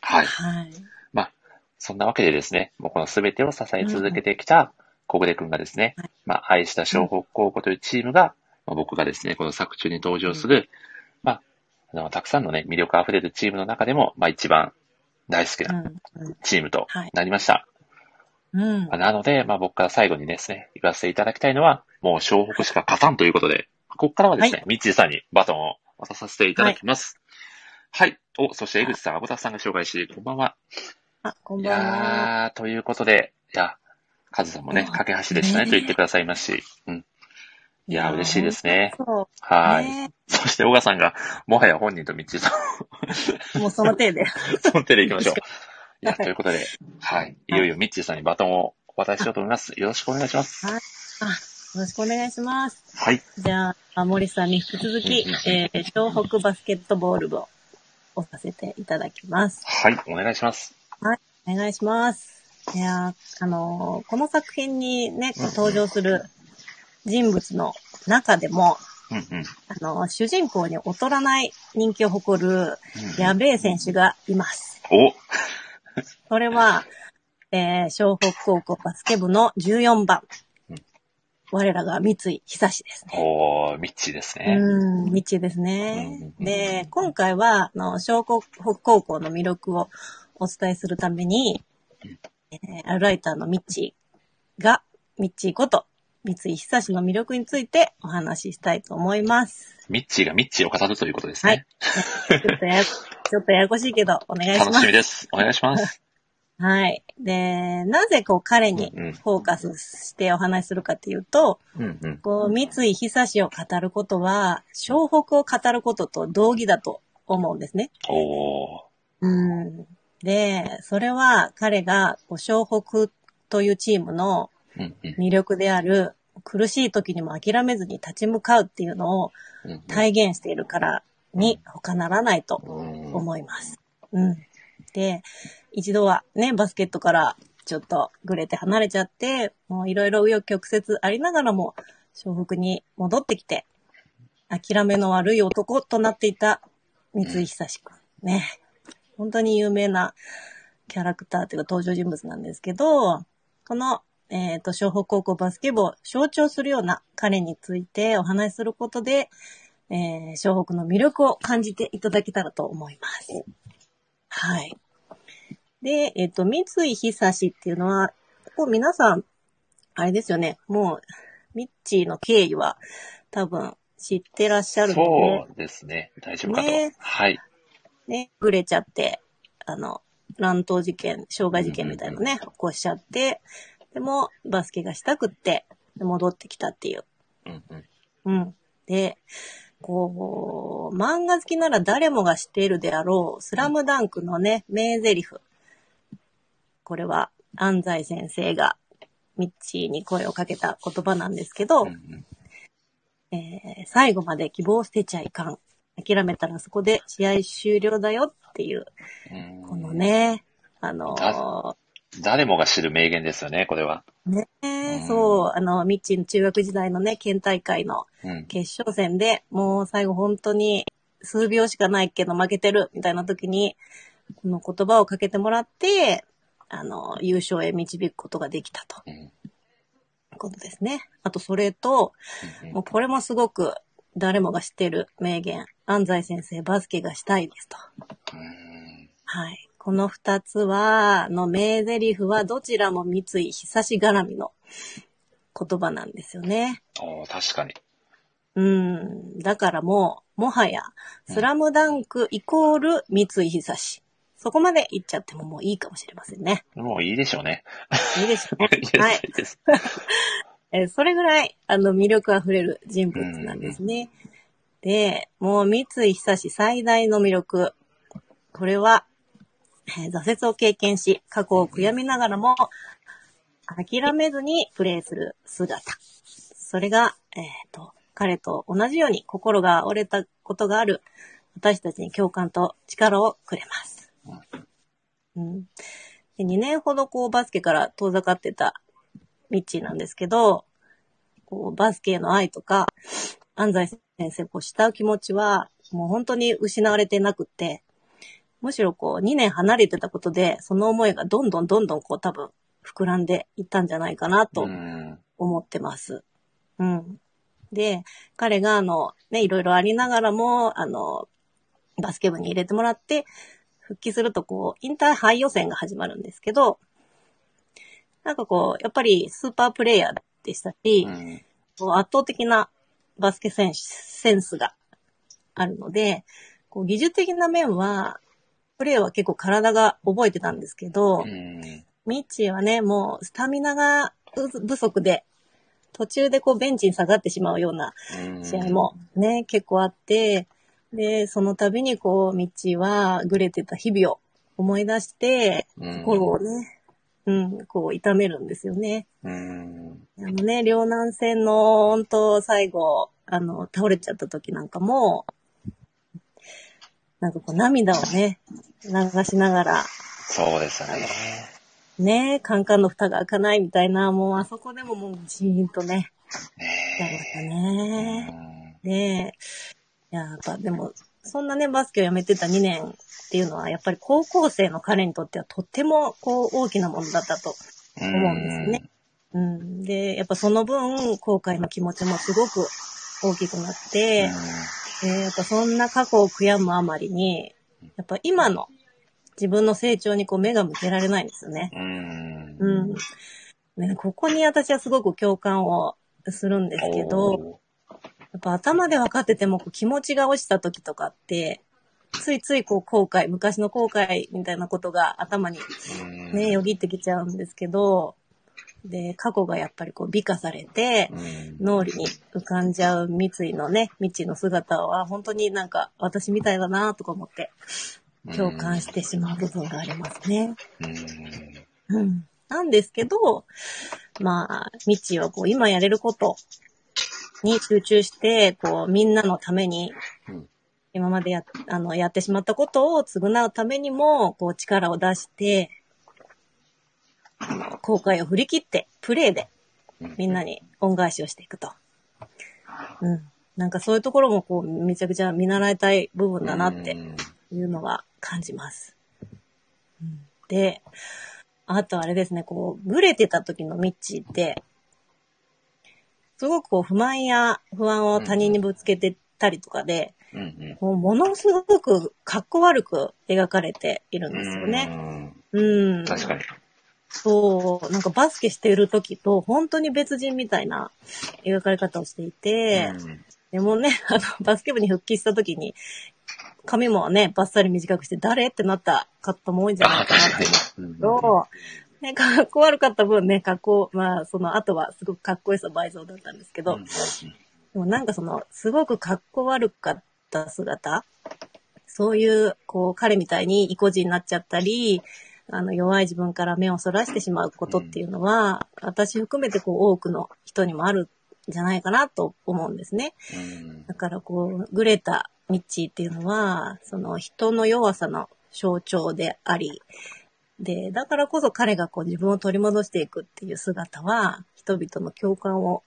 S1: はい。
S3: はい。
S1: そんなわけでですね、もうこの全てを支え続けてきた小暮くんがですね
S3: は、
S1: まあ、愛した湘北高校というチームが、まあ、僕がですね、この作中に登場する、まあ、あの、たくさんのね、魅力あふれるチームの中でも、まあ、一番大好き
S3: う
S1: なんチームと
S3: はい
S1: なりました。
S3: うん。うん
S1: まあなので、まあ僕から最後にですね、言わせていただきたいのは、もう湘北しか勝たんということで、ここからはですね、ミッチーさんにバトンを渡させていただきます。はい。お、そして江口さん、アボタフさんが紹介して、こんばんは。
S3: あ、こん
S1: い
S3: ばんは。
S1: やー、ということで、いや、カズさんもね
S3: う、わ
S1: 架け橋でしたねと
S3: ね
S1: 言ってくださいますし、うん。いやー、嬉しいですね。
S3: そ
S1: は
S3: う。
S1: い。
S3: ね
S1: そして、小川さんが、もはや本人とミッチーさん
S3: もうその手で。
S1: その手でいき ましょう。いや、
S3: はい
S1: ということで、はい。いよいよミッチーさんにバトンをお渡ししようと思います。よろしくお願いします。
S3: はいよろしくお願いします。
S1: はい。
S3: じゃあ、森さんに引き続き
S1: うんうん、
S3: えー、東北バスケットボール部をさせていただきます。
S1: はい、お願いします。
S3: お願いします。いやーあのーこの作品にね、こう登場する人物の中でも、
S1: うんうん。
S3: あのー主人公に劣らない人気を誇る、やべえ選手がいます。
S1: お
S3: それは、えー、湘北高校バスケ部の14番
S1: うん。
S3: 我らが三井久志ですね。
S1: おー、ミッチーですね。
S3: うん、道です
S1: うんうん
S3: ね。
S1: うん
S3: で、今回は、あの、小国北高校の魅力をお伝えするために、えー、アルライターのミッチーが、ミッチーこと、三井久志の魅力についてお話ししたいと思い ます。
S1: ミッチーがミッチーを語るということですね。
S3: ちょっとや、ちょっとややこしいけど、お願いし
S1: 楽
S3: ま
S1: しみ
S3: す。
S1: です。お願いします。
S3: はい。で、なぜこう彼に
S1: うんうん
S3: フォーカスしてお話しするかっていうと、
S1: うんうん。
S3: こう、三井久志を語ることは、湘北を語ることと同義だと思うんですね。
S1: おー。
S3: うんで、それは彼が、こう湘北というチームの
S1: うんうん
S3: 魅力である、苦しい時にも諦めずに立ち向かうっていうのを
S1: うんうん。
S3: 体現しているからに他ならないと
S1: うん
S3: 思います。うん。で、一度はね、バスケットからちょっとぐれて離れちゃって、もういろいろ紆余曲折ありながらも、湘北に戻ってきて、諦めの悪い男となっていた三井久志くん。ね。本当に有名なキャラクターというか登場人物なんですけど、この、えっ、と、湘北高校バスケ部を象徴するような彼についてお話しすることで、えー、湘北の魅力を感じていただけたらと思います。はい。で、えっ、と、三井久志っていうのは、こう皆さん、あれですよね、もう、ミッチーの経緯は多分知ってらっしゃるので、
S1: そうですね。大丈夫かと。
S3: ね
S1: はい。
S3: ね、ぐれちゃって、あの、乱闘事件、傷害事件みたいなのね、起こしちゃって、でも、バスケがしたくって、で戻ってきたっていう。
S1: うんうん。
S3: うん。で、こう、漫画好きなら誰もが知っているであろう、スラムダンクのね、名台詞。これは、安西先生が、ミッチーに声をかけた言葉なんですけど、
S1: うんうん
S3: えー最後まで希望を捨てちゃいかん。諦めたらそこで試合終了だよっていう
S1: うん
S3: このね、あのー
S1: 誰もが知る名言ですよね、これは。
S3: ね
S1: うん
S3: そう、あの、ミッチーの中学時代のね、県大会の
S1: うん。
S3: 決勝戦で、もう最後本当に数秒しかないけど負けてるみたいな時に、この言葉をかけてもらって、あの、優勝へ導くことができたと
S1: うんうん
S3: いうことですね。あと、それと、
S1: うん
S3: もうこれもすごく誰もが知ってる名言、安西先生、バスケがしたいですと。
S1: うん
S3: はい。この二つは、の名台詞はどちらも三井久し絡みの言葉なんですよね。
S1: おー確かに。
S3: うん。だからもう、もはや、スラムダンクイコール三井久し。そこまで言っちゃってももういいかもしれませんね。
S1: もういいでしょうね。
S3: いいでしょう
S1: いいです
S3: ね。はい。
S1: いいです
S3: えーそれぐらい、あの、魅力あふれる人物なんですね。で、もう三井久志最大の魅力。これは、えー挫折を経験し、過去を悔やみながらも、諦めずにプレーする姿。それが、えっ、と、彼と同じように心が折れたことがある私たちに共感と力をくれます。うん、で2年ほどこうバスケから遠ざかってたミッチーなんですけど、こう、バスケへの愛とか、安西先生をこう慕う気持ちは、もう本当に失われてなくって、むしろこう、2年離れてたことで、その思いがどんどんどんどんこう、多分、膨らんでいったんじゃないかなと
S1: うん
S3: 思ってます。うん。で、彼があの、ね、いろいろありながらも、あの、バスケ部に入れてもらって、復帰するとこう、インターハイ予選が始まるんですけど、なんかこう、やっぱりスーパープレイヤーでしたし、
S1: うん
S3: こう圧倒的なバスケ選手センスがあるので、こう技術的な面は、プレーは結構体が覚えてたんですけど、
S1: うん
S3: ミッチーはね、もうスタミナが不足で、途中でこうベンチに下がってしまうような
S1: うん
S3: 試合もね、結構あって、で、その度にこう、ミッチーはぐれてた日々を思い出して、
S1: うん
S3: 心をね、うん、こう痛めるんですよね。
S1: うん
S3: あのね、両南戦の、本当最後、あの、倒れちゃった時なんかも、なんかこう涙をね、流しながら、
S1: そうですね。
S3: ね、カンカンの蓋が開かないみたいな、もうあそこでももうジーンとね、なりました
S1: ね
S3: ね。ねえ。やっぱでも、そんなね、バスケをやめてた2年っていうのは、やっぱり高校生の彼にとってはとってもこう大きなものだったと
S1: う
S3: 思うんですね。うん、で、やっぱその分、後悔の気持ちもすごく大きくなって、でやっぱそんな過去を悔やむあまりに、やっぱ今の自分の成長にこう目が向けられないんですよね。
S1: うん。うん
S3: うん。ね、ここに私はすごく共感をするんですけど、
S1: お
S3: やっぱ頭で分かっててもこう気持ちが落ちた時とかって、ついついこう後悔、昔の後悔みたいなことが頭に
S1: ーうん
S3: ね、よぎってきちゃうんですけど、で、過去がやっぱりこう美化されて、
S1: うん
S3: 脳裏に浮かんじゃう三井のね、未知の姿は本当になんか私みたいだなとか思って共感してしまう部分がありますね。
S1: うん
S3: うん。なんですけど、まあ、未知はこう今やれることに集中して、こうみんなのために
S1: うん、
S3: 今までや、あの、やってしまったことを償うためにも、こう力を出して、後悔を振り切って、プレーで
S1: うん
S3: みんなに恩返しをしていくと。うん。なんかそういうところもこう、めちゃくちゃ見習いたい部分だなって
S1: うん
S3: いうのは感じます。うんで、あとあれですね、こう、ぐれてた時のミッチーって、すごくこう、不満や不安を他人にぶつけてたりとかで、
S1: うんうん。
S3: こうものすごく格好悪く描かれているんですよね。
S1: ね。
S3: うん。
S1: 確かに。
S3: そう、なんかバスケしている時と、本当に別人みたいな描かれ方をしていて、
S1: うん
S3: でもね、あの、バスケ部に復帰した時に、髪もね、バッサリ短くして、誰ってなった方も多いんじゃな
S1: あ
S3: い
S1: あ、
S3: かな
S1: 確
S3: と
S1: か
S3: 思
S1: に
S3: う。そう。ね、かっこ悪かった分ね、格好、まあ、その後はすごくかっこよさ倍増だったんですけど、
S1: うん
S3: でもなんかその、すごく格好悪かった姿そういう、こう、彼みたいに意固地になっちゃったり、あの、弱い自分から目をそらしてしまうことっていうのは、私含めてこう、多くの人にもあるんじゃないかなと思うんですね。
S1: うん
S3: だからこう、グレタ・ミッチーっていうのは、その人の弱さの象徴であり、で、だからこそ彼がこう自分を取り戻していくっていう姿は、人々の共感を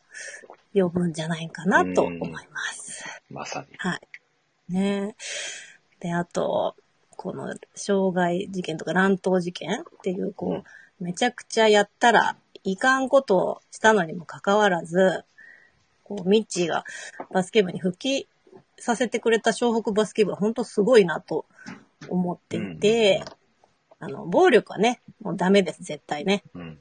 S3: 呼ぶんじゃないかなと思います。
S1: まさに。
S3: ねえで、あと、この、傷害事件とか乱闘事件っていう、こう、めちゃくちゃやったらいかんことをしたのにもかかわらず、こう、ミッチーがバスケ部に復帰させてくれた湘北バスケ部は本当すごいなと思っていて、あの、暴力はね、もうダメです、絶対ね。
S1: うん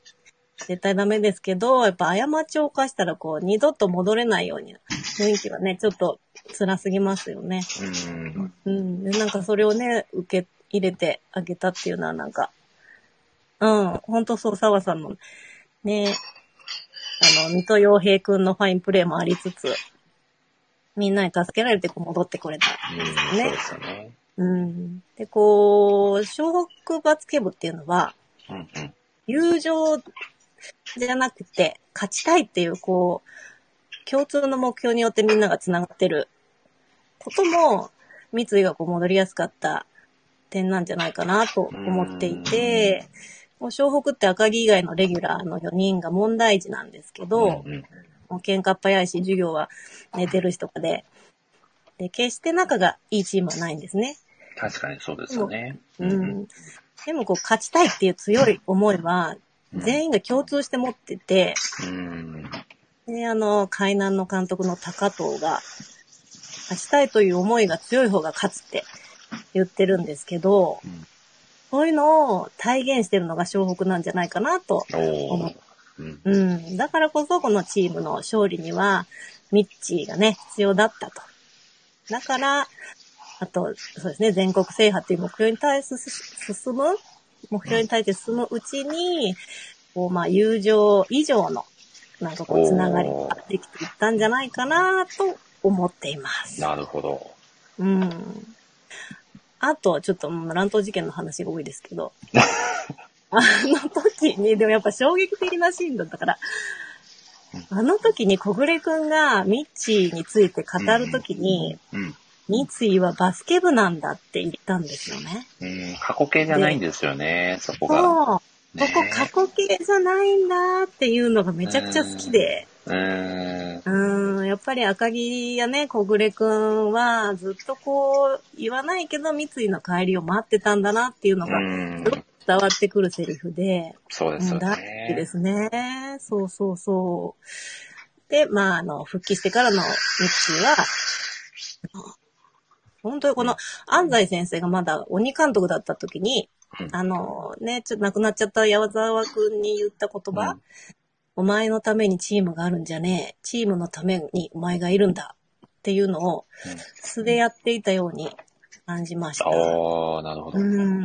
S3: 絶対ダメですけど、やっぱ過ちを犯したらこう、二度と戻れないように、雰囲気はね、ちょっと辛すぎますよね。
S1: うん
S3: うん。で、なんかそれをね、受け入れてあげたっていうのはなんか、うん、ほんとそう、沢さんの、ね、あの、水戸洋平くんのファインプレーもありつつ、みんなに助けられてこう戻ってこれた。
S1: うんそうですよね。
S3: うん。で、こう、小北バスケ部っていうのは、
S1: うんうん
S3: 友情じゃなくて、勝ちたいっていう、こう、共通の目標によってみんなが繋がってることも、三井がこう戻りやすかった点なんじゃないかなと思っていて、もう湘北って赤木以外のレギュラーの4人が問題児なんですけど、
S1: うんうん
S3: もう喧嘩っ早いし、授業は寝てるしとかで、で、決して仲がいいチームはないんですね。
S1: 確かにそうですよね。
S3: う
S1: うん
S3: ん。でもこう、勝ちたいっていう強い思いは、全員が共通して持ってて、
S1: うん
S3: で、あの、海南の監督の高藤が、勝ちたいという思いが強い方が勝つって言ってるんですけど、
S1: うん
S3: そういうのを体現してるのが湘北なんじゃないかなと。
S1: おーうん
S3: うん。だからこそこのチームの勝利には、ミッチーがね、必要だったと。だから、あと、そうですね、全国制覇っていう目標に対す、進む目標に対して進むうちに、こう、まあ、友情以上の、なんかこう、つながりができていったんじゃないかなと思っています。
S1: なるほど。
S3: うん。あと、ちょっと、もう乱闘事件の話が多いです けど、あの時に、でもやっぱ衝撃的なシーンだったから、あの時に小暮くんがミッチーについて語る時に、
S1: うん。
S3: 三井はバスケ部なんだって言ったんですよね。
S1: うん、過去形じゃないんですよね、そこが。
S3: そう。ここ
S1: ね
S3: 過去形じゃないんだっていうのがめちゃくちゃ好きで。
S1: うーん。
S3: うん、やっぱり赤木やね、小暮くんはずっとこう言わないけど三井の帰りを待ってたんだなっていうのが
S1: うん
S3: すごく伝わってくるセリフで、
S1: そうで
S3: う
S1: す
S3: ん、
S1: よ
S3: 大好きで
S1: ね。
S3: すね。そうそうそう。で、まあ、あの、復帰してからのミッチーは、本当にこの安西先生がまだ鬼監督だった時に
S1: うん、
S3: あのね、ちょっと亡くなっちゃった矢沢くんに言った言葉、
S1: うん
S3: お前のためにチームがあるんじゃねえ、チームのためにお前がいるんだっていうのを
S1: うん
S3: 素でやっていたように感じました。
S1: ああ、なるほど。
S3: うん。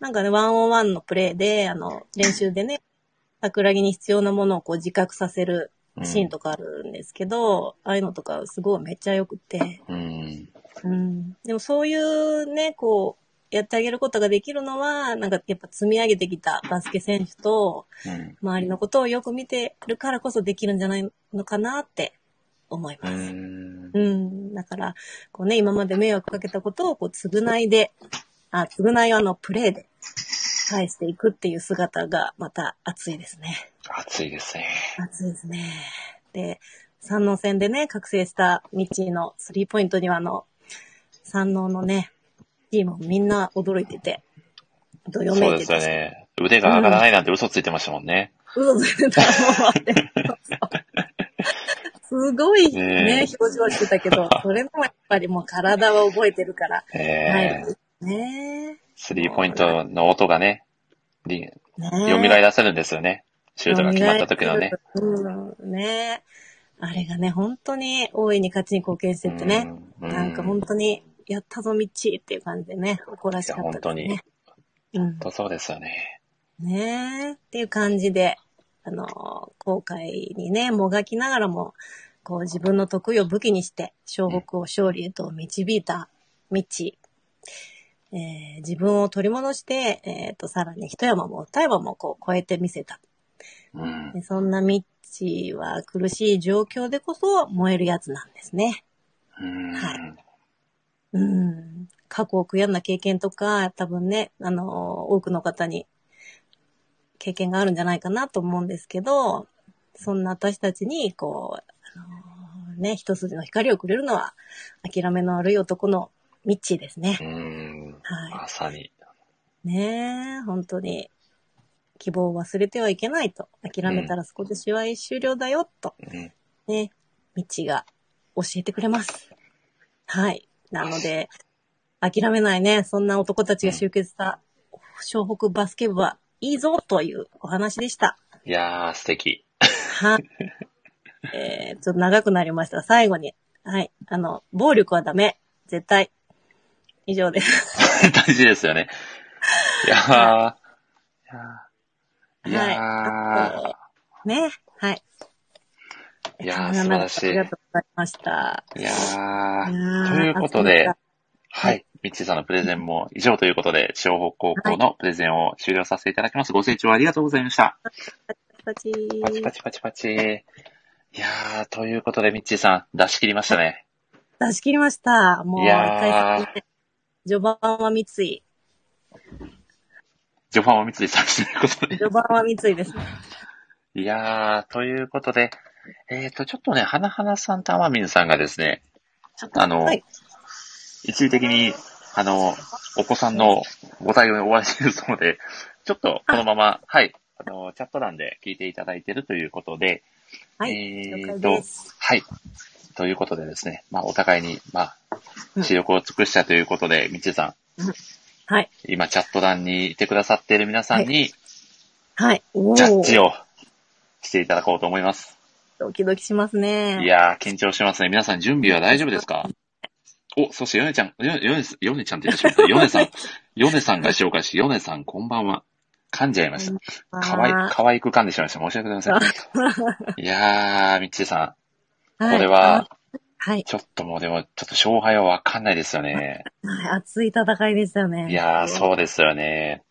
S3: なんかね、ワンオンワンのプレーで、あの、練習でね、 桜木に必要なものをこう自覚させるシーンとかあるんですけど、ああいうのとかすごいめっちゃ良くて。
S1: うん。
S3: うん。でもそういうね、こう、やってあげることができるのは、なんかやっぱ積み上げてきたバスケ選手と、
S1: うん。
S3: 周りのことをよく見てるからこそできるんじゃないのかなって思いま
S1: う
S3: す。
S1: ん。
S3: うん。だから、こうね、今まで迷惑かけたことを、こう、償いで、あ、償いはあの、プレイで、返していくっていう姿がまた熱いですね。
S1: 暑いですね。
S3: 熱いですね。で、三能戦でね、覚醒したミッチーのスリーポイントにはあの、三能のね、チームもみんな驚いてて、どよ
S1: そう
S3: めい
S1: で
S3: て
S1: すよ
S3: たし、
S1: ね。腕が上がらないなんて嘘ついてましたもんね。
S3: 嘘ついてたもんあって。すごい
S1: ね
S3: ね、表情してたけど、それもやっぱりもう体は覚えてるから、
S1: えー、
S3: ね
S1: スリーポイントの音がね、り
S3: え。ね
S1: 蘇らせるんですよね。シュートが決まった時のね。
S3: うん、ねあれがね、本当に大いに勝ちに貢献してってね。
S1: う
S3: なんか本当に、やったぞ、道っていう感じでね、誇らしかったです
S1: いや
S3: ね。本
S1: 本当そうですよね。
S3: うん。ねえ、っていう感じで、あの、後悔にね、もがきながらも、こう自分の得意を武器にして、小北を勝利へと導いた道。えー自分を取り戻して、えっ、と、さらに一山も二山もこう超えてみせた。
S1: うん。
S3: でそんなミッチーは苦しい状況でこそ燃えるやつなんですね。
S1: うん。
S3: はうん。過去を悔やんだ経験とか、多分ね、あの、多くの方に経験があるんじゃないかなと思うんですけど、そんな私たちに、こう、あのね、一筋の光をくれるのは、諦めの悪い男のミッチーですね
S1: う。ん。
S3: は
S1: まさに。
S3: い。ねえ、本当に、希望を忘れてはいけないと。諦めたらそこで試合終了だよ、と。
S1: うん。
S3: ね、道が教えてくれます。はい。なので、諦めないね、そんな男たちが集結した、湘北バスケ部はいいぞというお話でした。
S1: いやー、素敵。
S3: はい。えー、ちょっと長くなりました。最後に。はい。あの、暴力はダメ。絶対。以上です。
S1: 大事ですよね。いやー。いやー。いや
S3: は
S1: ー。
S3: いね。はい。
S1: いやー
S3: 長々
S1: 素晴らしい
S3: ありがとうございました。
S1: いやー
S3: いや
S1: と
S3: ー
S1: いうことで、は。
S3: はい
S1: ミッチーさんのプレゼンも以上ということで、湘北高校のプレゼンを終了させていただきます。ご清聴ありがとうございました。
S3: パチ
S1: パチパチパチパチ。いやー、ということで、ミッチーさん、出し切りましたね。
S3: 出し切りました。もう、
S1: い
S3: 一
S1: やー
S3: 回戦目序盤は三井。
S1: 序盤を三井さんということで。
S3: 序盤は三井ですね。
S1: いやー、ということで、えーと、ちょっとね、花花さんと天海さんがですね、ちょっとあの、
S3: はい
S1: 一時的に、あの、お子さんのご対応に追われているそうで、ちょっとこのまま、はい、あの、チャット欄で聞いていただいているということで、
S3: はい。
S1: え
S3: 了
S1: ーと
S3: 解です。
S1: はい。ということでですね、まあ、お互いに、ま
S3: う
S1: あ、
S3: ん
S1: 視力を尽くしたということで、みちさん、
S3: はい。
S1: 今、チャット欄にいてくださっている皆さんに、
S3: はい。おー
S1: ジャッジをしていただこうと思います。
S3: ドキドキしますね。
S1: いやー、緊張しますね。皆さん、準備は大丈夫ですかお、そして、ヨネちゃん、ヨヨネ、ヨネちゃんって言ってしま った。ヨネさん、ヨネさんが紹介し、ヨネさん、こんばんは。噛んじゃいました。
S3: あー、
S1: かわい、かわいく噛んでしまいました。申し訳ございま せん。いやー、みっちーさん、これは、
S3: はい。
S1: ちょっともうでも、ちょっと勝敗はわかんないですよね。
S3: はい。熱い戦いでしたよね。
S1: いやー、そうですよね。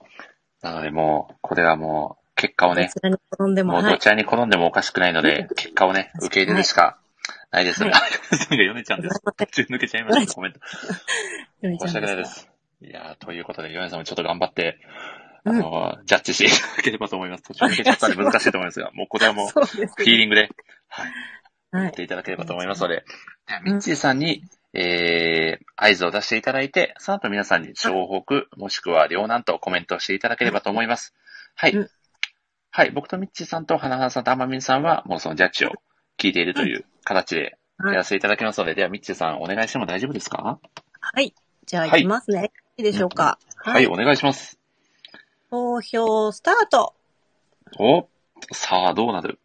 S1: なのでもう、これはもう、結果を
S3: ど
S1: ね
S3: ち、らに転んでも、
S1: もう
S3: は
S1: ど
S3: い。
S1: ちらに転んでもおかしくないので、結果をね、受け入れるしかないですよね。
S3: は
S1: あ、ヨネちゃんです。途中抜けちゃいました、コメント。
S3: より
S1: 申
S3: ちゃ
S1: し
S3: ん
S1: 訳ない
S3: で
S1: ですす。いやー、ということで、ヨネさんもちょっと頑張って、あ
S3: うん
S1: の、ジャッジしていただければと思います。途中抜けちゃったんで難しいと思いますが、もうこれはもう、
S3: か。そうです
S1: フィー
S3: ね。
S1: リングで、はい、
S3: は
S1: 言っ
S3: い。
S1: ていただければと思いますので、ではミッチーさんに、えー、合図を出していただいて、その後皆さんに、湘北、もしくは両南とコメントしていただければと思います。はい
S3: うん。
S1: はい、僕とミッチーさんと花花さんと天海さんは、もうそのジャッジを聞いているという形でやらせていただきますので、ではミッチーさんお願いしても大丈夫ですか
S3: はい。じゃあ、いきますね。いいでしょうか。
S1: はい、。お願いします。
S3: 投票スタート。
S1: おさあ、どうなる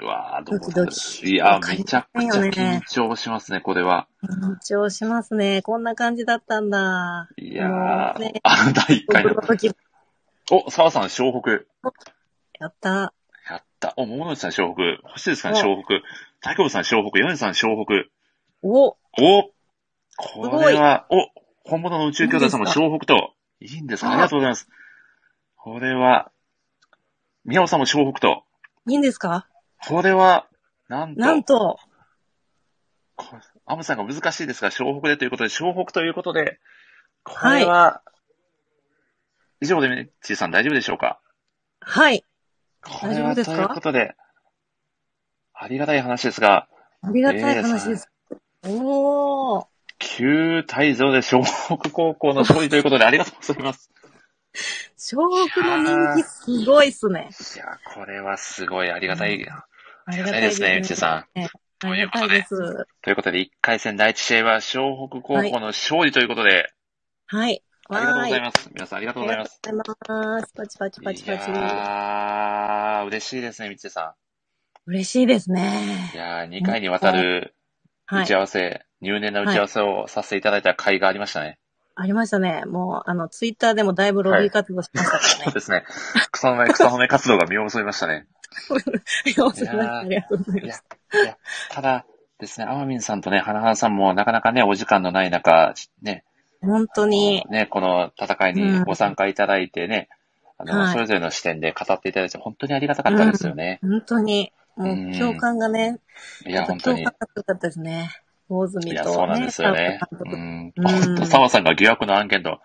S1: うわー、どうなる
S3: ドキドキ
S1: いや
S3: わ
S1: ー、
S3: かり
S1: めちゃくちゃ緊張しますね、これは。
S3: 緊張しますね。こんな感じだったんだ。
S1: いや
S3: もう
S1: ー
S3: ね、
S1: あの第1回の
S3: 僕。の時
S1: お、澤さん、湘北。
S3: やった。
S1: やった。お、桃之内さん、湘北。星出さん、
S3: お
S1: 湘北。大久保さん、湘北。米さん、湘北。
S3: お
S1: おこれは、お本物の宇宙兄弟さんも
S3: いいんですか
S1: 湘北と。いいんですか
S3: あ
S1: ありがとうございます。これは、宮尾さんも湘北と。
S3: いいんですか
S1: これは、なんと、
S3: なんと、
S1: これアムさんが難しいですが、湘北でということで、湘北ということで、これは、以上でメッチーさん大丈夫でしょうか
S3: はい。
S1: こ
S3: 大
S1: れ
S3: 丈夫
S1: は
S3: で
S1: と
S3: すか
S1: いうことで、ありがたい話ですが、
S3: ありがたい話です。おー。
S1: 9対0で湘北高校の勝利ということでありがとうござい ます。
S3: 小北の人気すごいっすね。
S1: いや、これはすごいありがたい。
S3: あり
S1: り
S3: が
S1: が
S3: た
S1: た
S3: い
S1: い
S3: で
S1: ですす
S3: ね
S1: ね、内田さ
S3: んありがたいです。
S1: ということで、1回戦第1試合は湘北高校の勝利ということで、
S3: はい。わ
S1: ありがとう
S3: ー
S1: ご
S3: い。
S1: ざいます。皆さんありがとうございます。
S3: ありがとうございます。パチパチパチ
S1: い
S3: パチ。
S1: やー、嬉しいですね、道田さ
S3: 嬉しいです
S1: ん。い
S3: ね。
S1: やー、2回にわたる
S3: は
S1: 打
S3: い
S1: ち。合わせ、入念な打ち合わせをさせていただいた甲斐がありましたね。
S3: ありましたね。もう、あの、ツイッターでもだいぶロビー活動しましたから
S1: そう
S3: ね。
S1: ですね。草の根、草の根活動が身を結びましたね。
S3: 要するにありがとうござ い
S1: い
S3: ま
S1: や
S3: す。、
S1: いや、ただですね、あわみんさんとね、はなはなさんもなかなかね、お時間のない中、ね、
S3: 本当に、
S1: ね、この戦いにご参加いただいてね、あの、
S3: はい
S1: それぞれの視点で語っていただいて、本当にありがたかったですよね。
S3: 本当に、も
S1: うん
S3: う共感がね、
S1: い
S3: や
S1: や、
S3: っぱ
S1: 本当
S3: 共
S1: に
S3: 感。が良かったですね。大
S1: い
S3: 住
S1: や、
S3: と、
S1: そうなんですよね
S3: 田中。
S1: う
S3: 監督
S1: ん。
S3: うん
S1: 本当、澤さんが疑惑の案件と、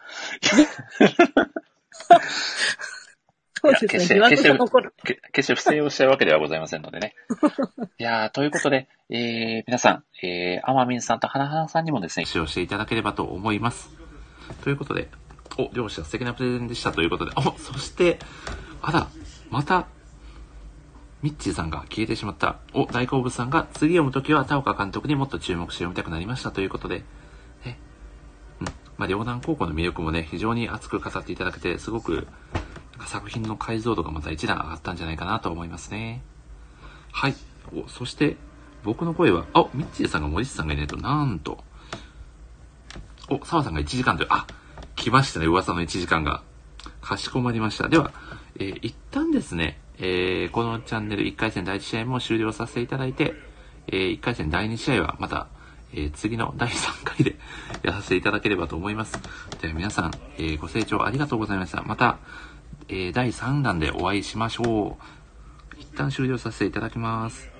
S3: そうです
S1: 決して
S3: ね。疑惑が残る。
S1: け決して不正をしてるわけではございませんのでね。いやーということで、えー、皆さん、えー、あまみんさんとはなはなさんにもですね、
S2: 使用していただければと思います。ということで、お、両者素敵なプレゼンでしたということで、お、そして、あら、また、ミッチーさんが消えてしまった。お、大好物さんが次読むときは田岡監督にもっと注目して読みたくなりましたということで、ね、うん、まあ、両南高校の魅力もね、非常に熱く語っていただけて、すごく、なんか作品の解像度がまた一段上がったんじゃないかなと思いますね。はい。お、そして、僕の声は、あ、ミッチーさんが森下さんがいないと、なんと、お、澤さんが1時間という、あ、来ましたね、噂の1時間が。かしこまりました。では、えー一旦ですね、えーこのチャンネル1回戦第1試合も終了させていただいて、え1回戦第2試合はまた、えー次の第3回でやらせていただければと思います。では皆さん、えーご清聴ありがとうございました。また、えー第3弾でお会いしましょう。一旦終了させていただきます。